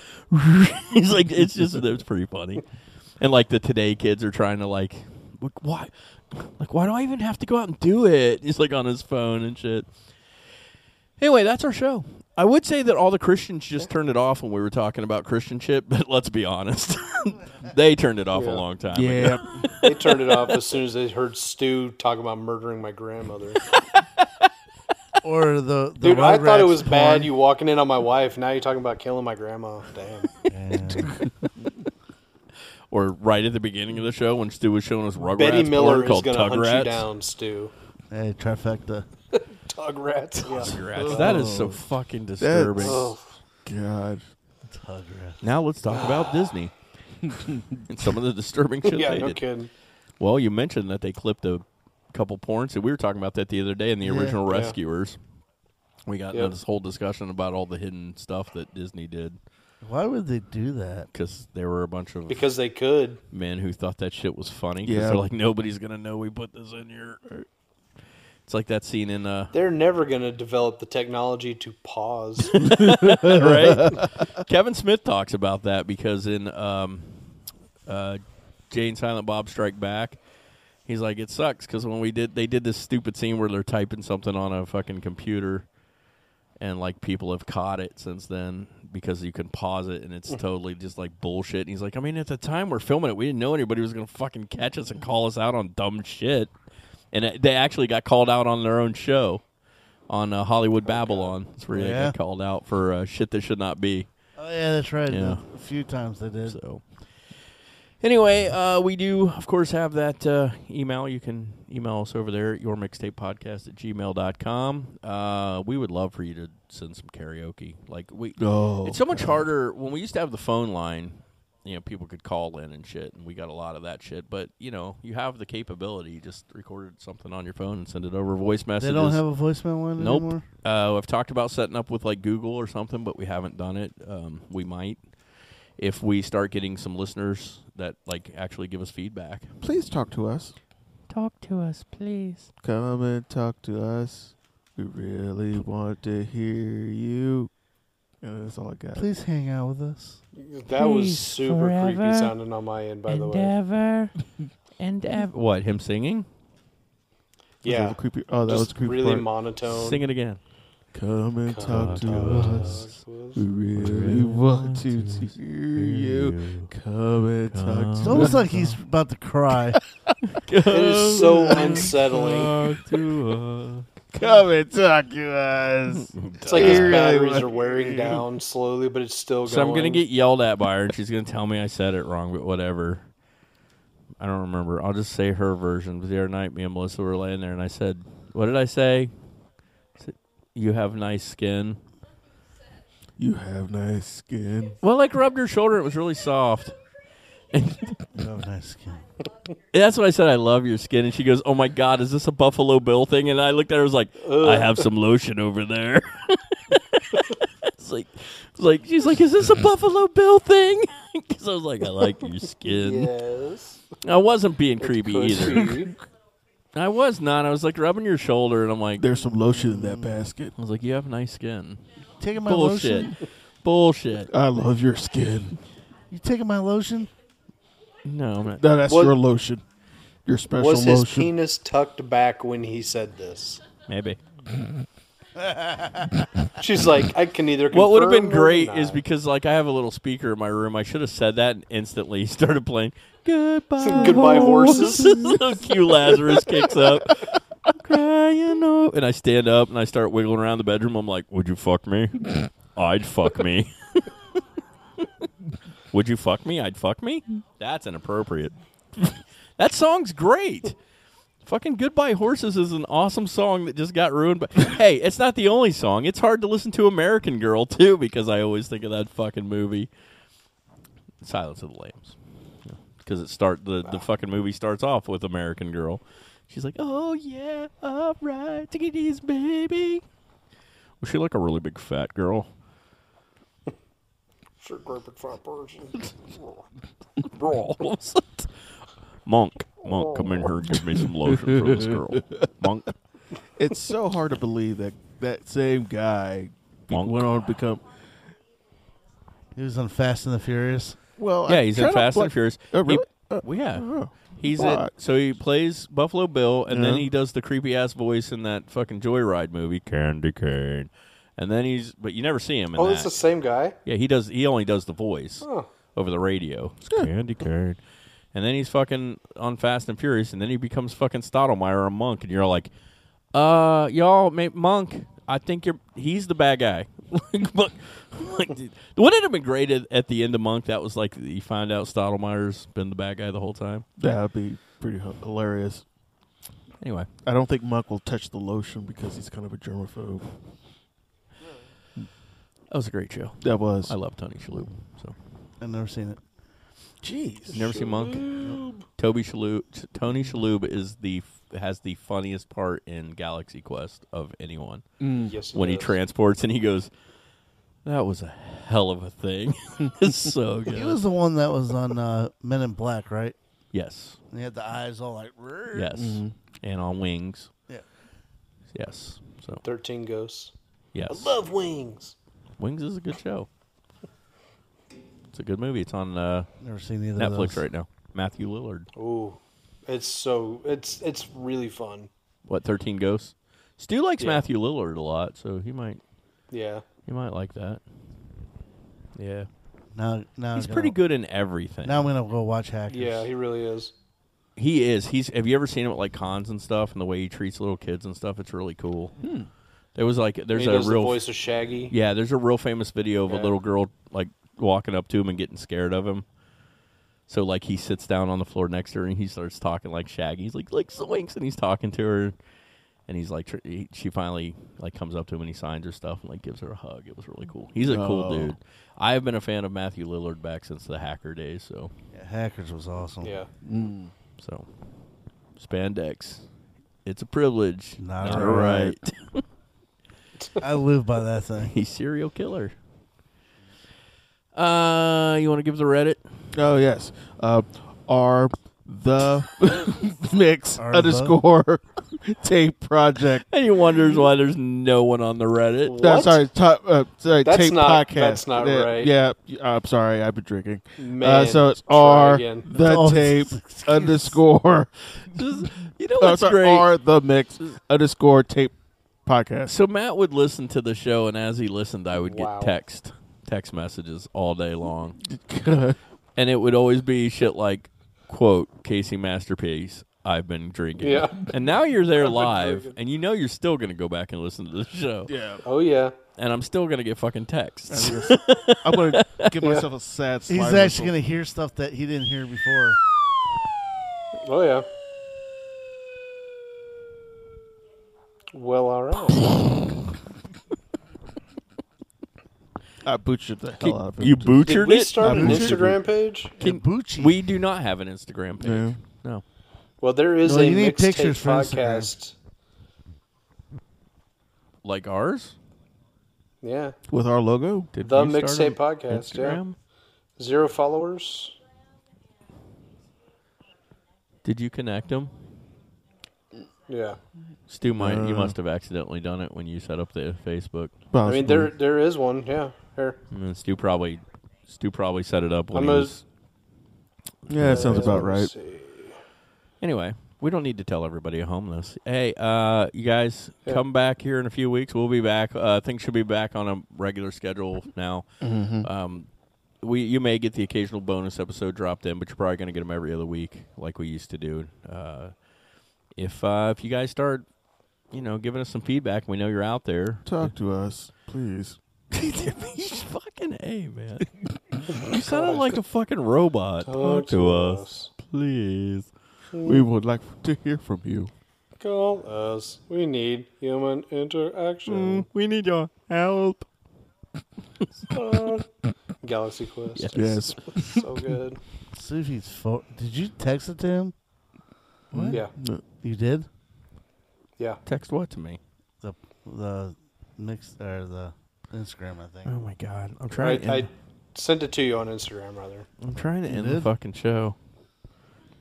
He's like, it's just, it's pretty funny. And like the today kids are trying to like, like, why, like, why do I even have to go out and do it? He's like on his phone and shit. Anyway, that's our show. I would say that all the Christians just turned it off when we were talking about Christian shit, but let's be honest, they turned it off Yeah. a long time Yeah. ago. They turned it off as soon as they heard Stu talk about murdering my grandmother. Or the, the Dude, I thought it Rugrats was porn. bad you walking in on my wife. Now you're talking about killing my grandma. Damn. Or right at the beginning of the show when Stu was showing us Rugrats Betty Miller porn is called going to hunt Tugrats. you down, Stu. Hey, trifecta. Tug rats. Yeah. Tugrats. That is so fucking disturbing. Oh, God. Now let's talk about Disney and some of the disturbing shit yeah, they no did. kidding. Well, you mentioned that they clipped a couple porns, and we were talking about that the other day in the original Yeah. Rescuers. We got into Yep. this whole discussion about all the hidden stuff that Disney did Why would they do that? because there were a bunch of Because they could. men who thought that shit was funny. 'cause Yeah. they're like, nobody's gonna know we put this in here. It's like that scene in uh, They're never going to develop the technology to pause. right? Kevin Smith talks about that because in um, uh, Jane Silent Bob Strike Back, he's like, it sucks because when we did, they did this stupid scene where they're typing something on a fucking computer, and like people have caught it since then because you can pause it and it's totally just like bullshit. And he's like, I mean, at the time we're filming it, we didn't know anybody was gonna fucking catch us and call us out on dumb shit. And it- they actually got called out on their own show on uh, Hollywood Babylon. That's where they Yeah. got called out for uh, shit that should not be. Oh yeah, that's right. Yeah. A few times they did. So, anyway, uh, we do, of course, have that uh, email. You can email us over there at yourmixtapepodcast at gmail.com. Uh, we would love for you to send some karaoke. Like we, Oh, It's so much harder when we used to have the phone line. You know, people could call in and shit, and we got a lot of that shit. But you know, you have the capability. You just record something on your phone and send it over voice messages. They don't have a voicemail one Nope. anymore. Uh, I've talked about setting up with like Google or something, but we haven't done it. Um, we might if we start getting some listeners that like actually give us feedback. Please talk to us. Talk to us, please. Come and talk to us. We really want to hear you. And that's all I got. Please hang out with us. That was super creepy sounding on my end, by the way. ever and ever. What him singing? That was Yeah. a creepy. Oh, that Just was a creepy. really part. monotone. Sing it again. Come and talk to us. We really really want to hear you. Come and talk to It's us. almost like he's about to cry. It is so unsettling. Come and talk to us. It's like his Really batteries what- are wearing down slowly, but it's still going. So I'm gonna get yelled at by her, and she's gonna tell me I said it wrong. But whatever. I don't remember. I'll just say her version. But the other night, me and Melissa were laying there, and I said, "What did I say? I said, You have nice skin." You have nice skin. Well, like rubbed her shoulder. It was really soft. oh, nice skin. That's what I said. I love your skin. And she goes, "Oh my God, is this a Buffalo Bill thing?" And I looked at her. I was like, "I have some lotion over there." it's like, it's like she's like, "Is this a Buffalo Bill thing?" Because I was like, "I like your skin." yes. I wasn't being creepy either. Dude, I was not. I was like rubbing your shoulder, and I'm like, There's some lotion in that basket. I was like, you have nice skin. Taking my Bullshit. lotion. Bullshit. I love your skin. You taking my lotion? No, I'm not. No, that's What- your lotion. Your special Was his lotion. penis tucked back when he said this? maybe. She's like, I can either. What would have confirm been or great is deny. because like I have a little speaker in my room. I should have said that and instantly started playing goodbye. Goodbye, horses. Q Lazarus kicks up. I'm crying over. And I stand up and I start wiggling around the bedroom. I'm like, would you fuck me? I'd fuck me. would you fuck me? I'd fuck me? That's inappropriate. that song's great. Fucking Goodbye Horses is an awesome song that just got ruined. But hey, it's not the only song. It's hard to listen to American Girl too because I always think of that fucking movie, Silence of the Lambs, because it start the the fucking movie starts off with American Girl. She's like, oh yeah, all right, take it easy, baby. Was she like a really big fat girl? For corporate fat person. Monk, monk, come in Oh. here and give me some lotion for this girl. Monk, it's so hard to believe that that same guy be- Monk. went on to become He was on Fast and the Furious. Well, yeah, I he's in kinda Fast and like- Furious. Oh, He- really? Uh, well, yeah. oh, He's in, fuck. so he plays Buffalo Bill, and then Yeah. he does the creepy ass voice in that fucking Joyride movie, Candy Cane. And then he's, but you never see him. In Oh, that. it's the same guy. Yeah, he does. He only does the voice over the radio. It's Candy Cane. And then he's fucking on Fast and Furious, and then he becomes fucking Stottlemyre, a monk, and you're like, uh, y'all, ma- monk. I think you're. He's the bad guy. like, monk, like, dude, wouldn't it have been great at, at the end of Monk? That was like you find out Stottlemyre's been the bad guy the whole time. That'd be pretty h- hilarious. Anyway, I don't think Monk will touch the lotion because he's kind of a germaphobe. that was a great show. That was. I love Tony Shalhoub. So I've never seen it. Jeez. never seen Monk. Toby Shalhoub. Tony Shalhoub is the has the funniest part in Galaxy Quest of anyone. Yes, when he does. transports and he goes, "That was a hell of a thing." it's so He good. was the one that was on uh, Men in Black, right? yes, And he had the eyes all like. "Rrr." yes, and on wings. Yeah. Yes. So Thirteen Ghosts. I yes, love wings. Wings is a good show. It's a good movie. It's on uh, Never seen either of Netflix those. right now. Matthew Lillard. Ooh, it's so it's it's really fun. What? Thirteen Ghosts. Stu likes Yeah. Matthew Lillard a lot, so he might Yeah, he might like that. Yeah, Now, now he's I'm pretty gonna- good in everything. Now I'm gonna go watch Hackers. yeah, he really is. He is. He's. Have you ever seen him at like cons and stuff, and the way he treats little kids and stuff? It's really cool. There was like there's he a does real the voice of Shaggy. yeah. There's a real famous video of a Yeah. little girl like walking up to him and getting scared of him. So like he sits down on the floor next to her and he starts talking like Shaggy. He's like like swinks and he's talking to her, and he's like tr- he, she finally like comes up to him and he signs her stuff and like gives her a hug. It was really cool. He's a cool Oh. dude. I have been a fan of Matthew Lillard back since the Hacker days. So Yeah, Hackers was awesome. yeah. so, spandex. It's a privilege. Not Not a a right. I live by that thing. He's serial killer. Uh, you want to give the Reddit? Oh yes. Uh, are the mix Are the- underscore tape project? And he wonders why there's no one on the Reddit. No, What? sorry, top, uh, sorry, That's tape not- podcast. that's not yeah, right. Yeah, I'm sorry. I've been drinking. uh, Man, so it's try r again. the Oh, tape excuse- underscore. Just- you know Oh, what's sorry, great? r the mix underscore tape podcast. so Matt would listen to the show, and as he listened, I would Wow. get text text messages all day long, and it would always be shit like, "quote Casey masterpiece." I've been drinking. Yeah. And now you're there live, and you know you're still going to go back and listen to the show. yeah, Oh yeah. and I'm still gonna get fucking texts. I'm gonna give myself a sad. He's slide actually whistle. gonna hear stuff that he didn't hear before. Oh yeah. Well, all right. I butchered the hell out of it. Did butchered we start an I'm sure. Instagram page? Kabuchi. We do not have an Instagram page. Yeah. No. Well, there is Well, a you need mixtape pictures for Instagram. podcast. Like ours? Yeah, with our logo. Did the we mixtape start an podcast. Instagram? Yeah, zero followers. Did you connect them? Yeah, Stu might you Uh. must have accidentally done it when you set up the Facebook. I mean there there is one. Yeah, here. And then Stu probably Stu probably set it up when I'm he a- was Yeah, that sounds about Let's right. see. Anyway, we don't need to tell everybody at home this. Hey, uh, you guys, come back here in a few weeks. We'll be back. Uh, things should be back on a regular schedule now. Um, we you may get the occasional bonus episode dropped in, but you're probably going to get them every other week, like we used to do. Uh, if uh, if you guys start, you know, giving us some feedback, we know you're out there. Talk to us, please. fucking a man. you sounded like a fucking robot. Oh Talk to us, please. We would like to hear from you. Call us. We need human interaction. We need your help. Galaxy Quest. Yes. So good. See if he's fo- Did you text it to him? Yeah. You did Yeah. Text what to me? the the mix or the Instagram, I think. Oh my god, I'm I, trying. to I end, sent it to you on Instagram, rather. I'm trying to end the did? fucking show,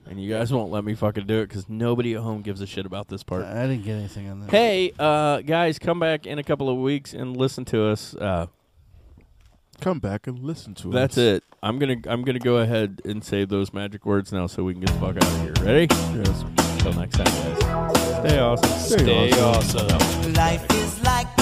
and you guys won't let me fucking do it because nobody at home gives a shit about this part. I didn't get anything on that. Hey, uh, guys, come back in a couple of weeks and listen to us. Uh, Come back and listen to That's us. it. I'm gonna I'm gonna go ahead and say those magic words now, so we can get the fuck out of here. Ready? Yes. Till next time, guys. Stay awesome. Life is like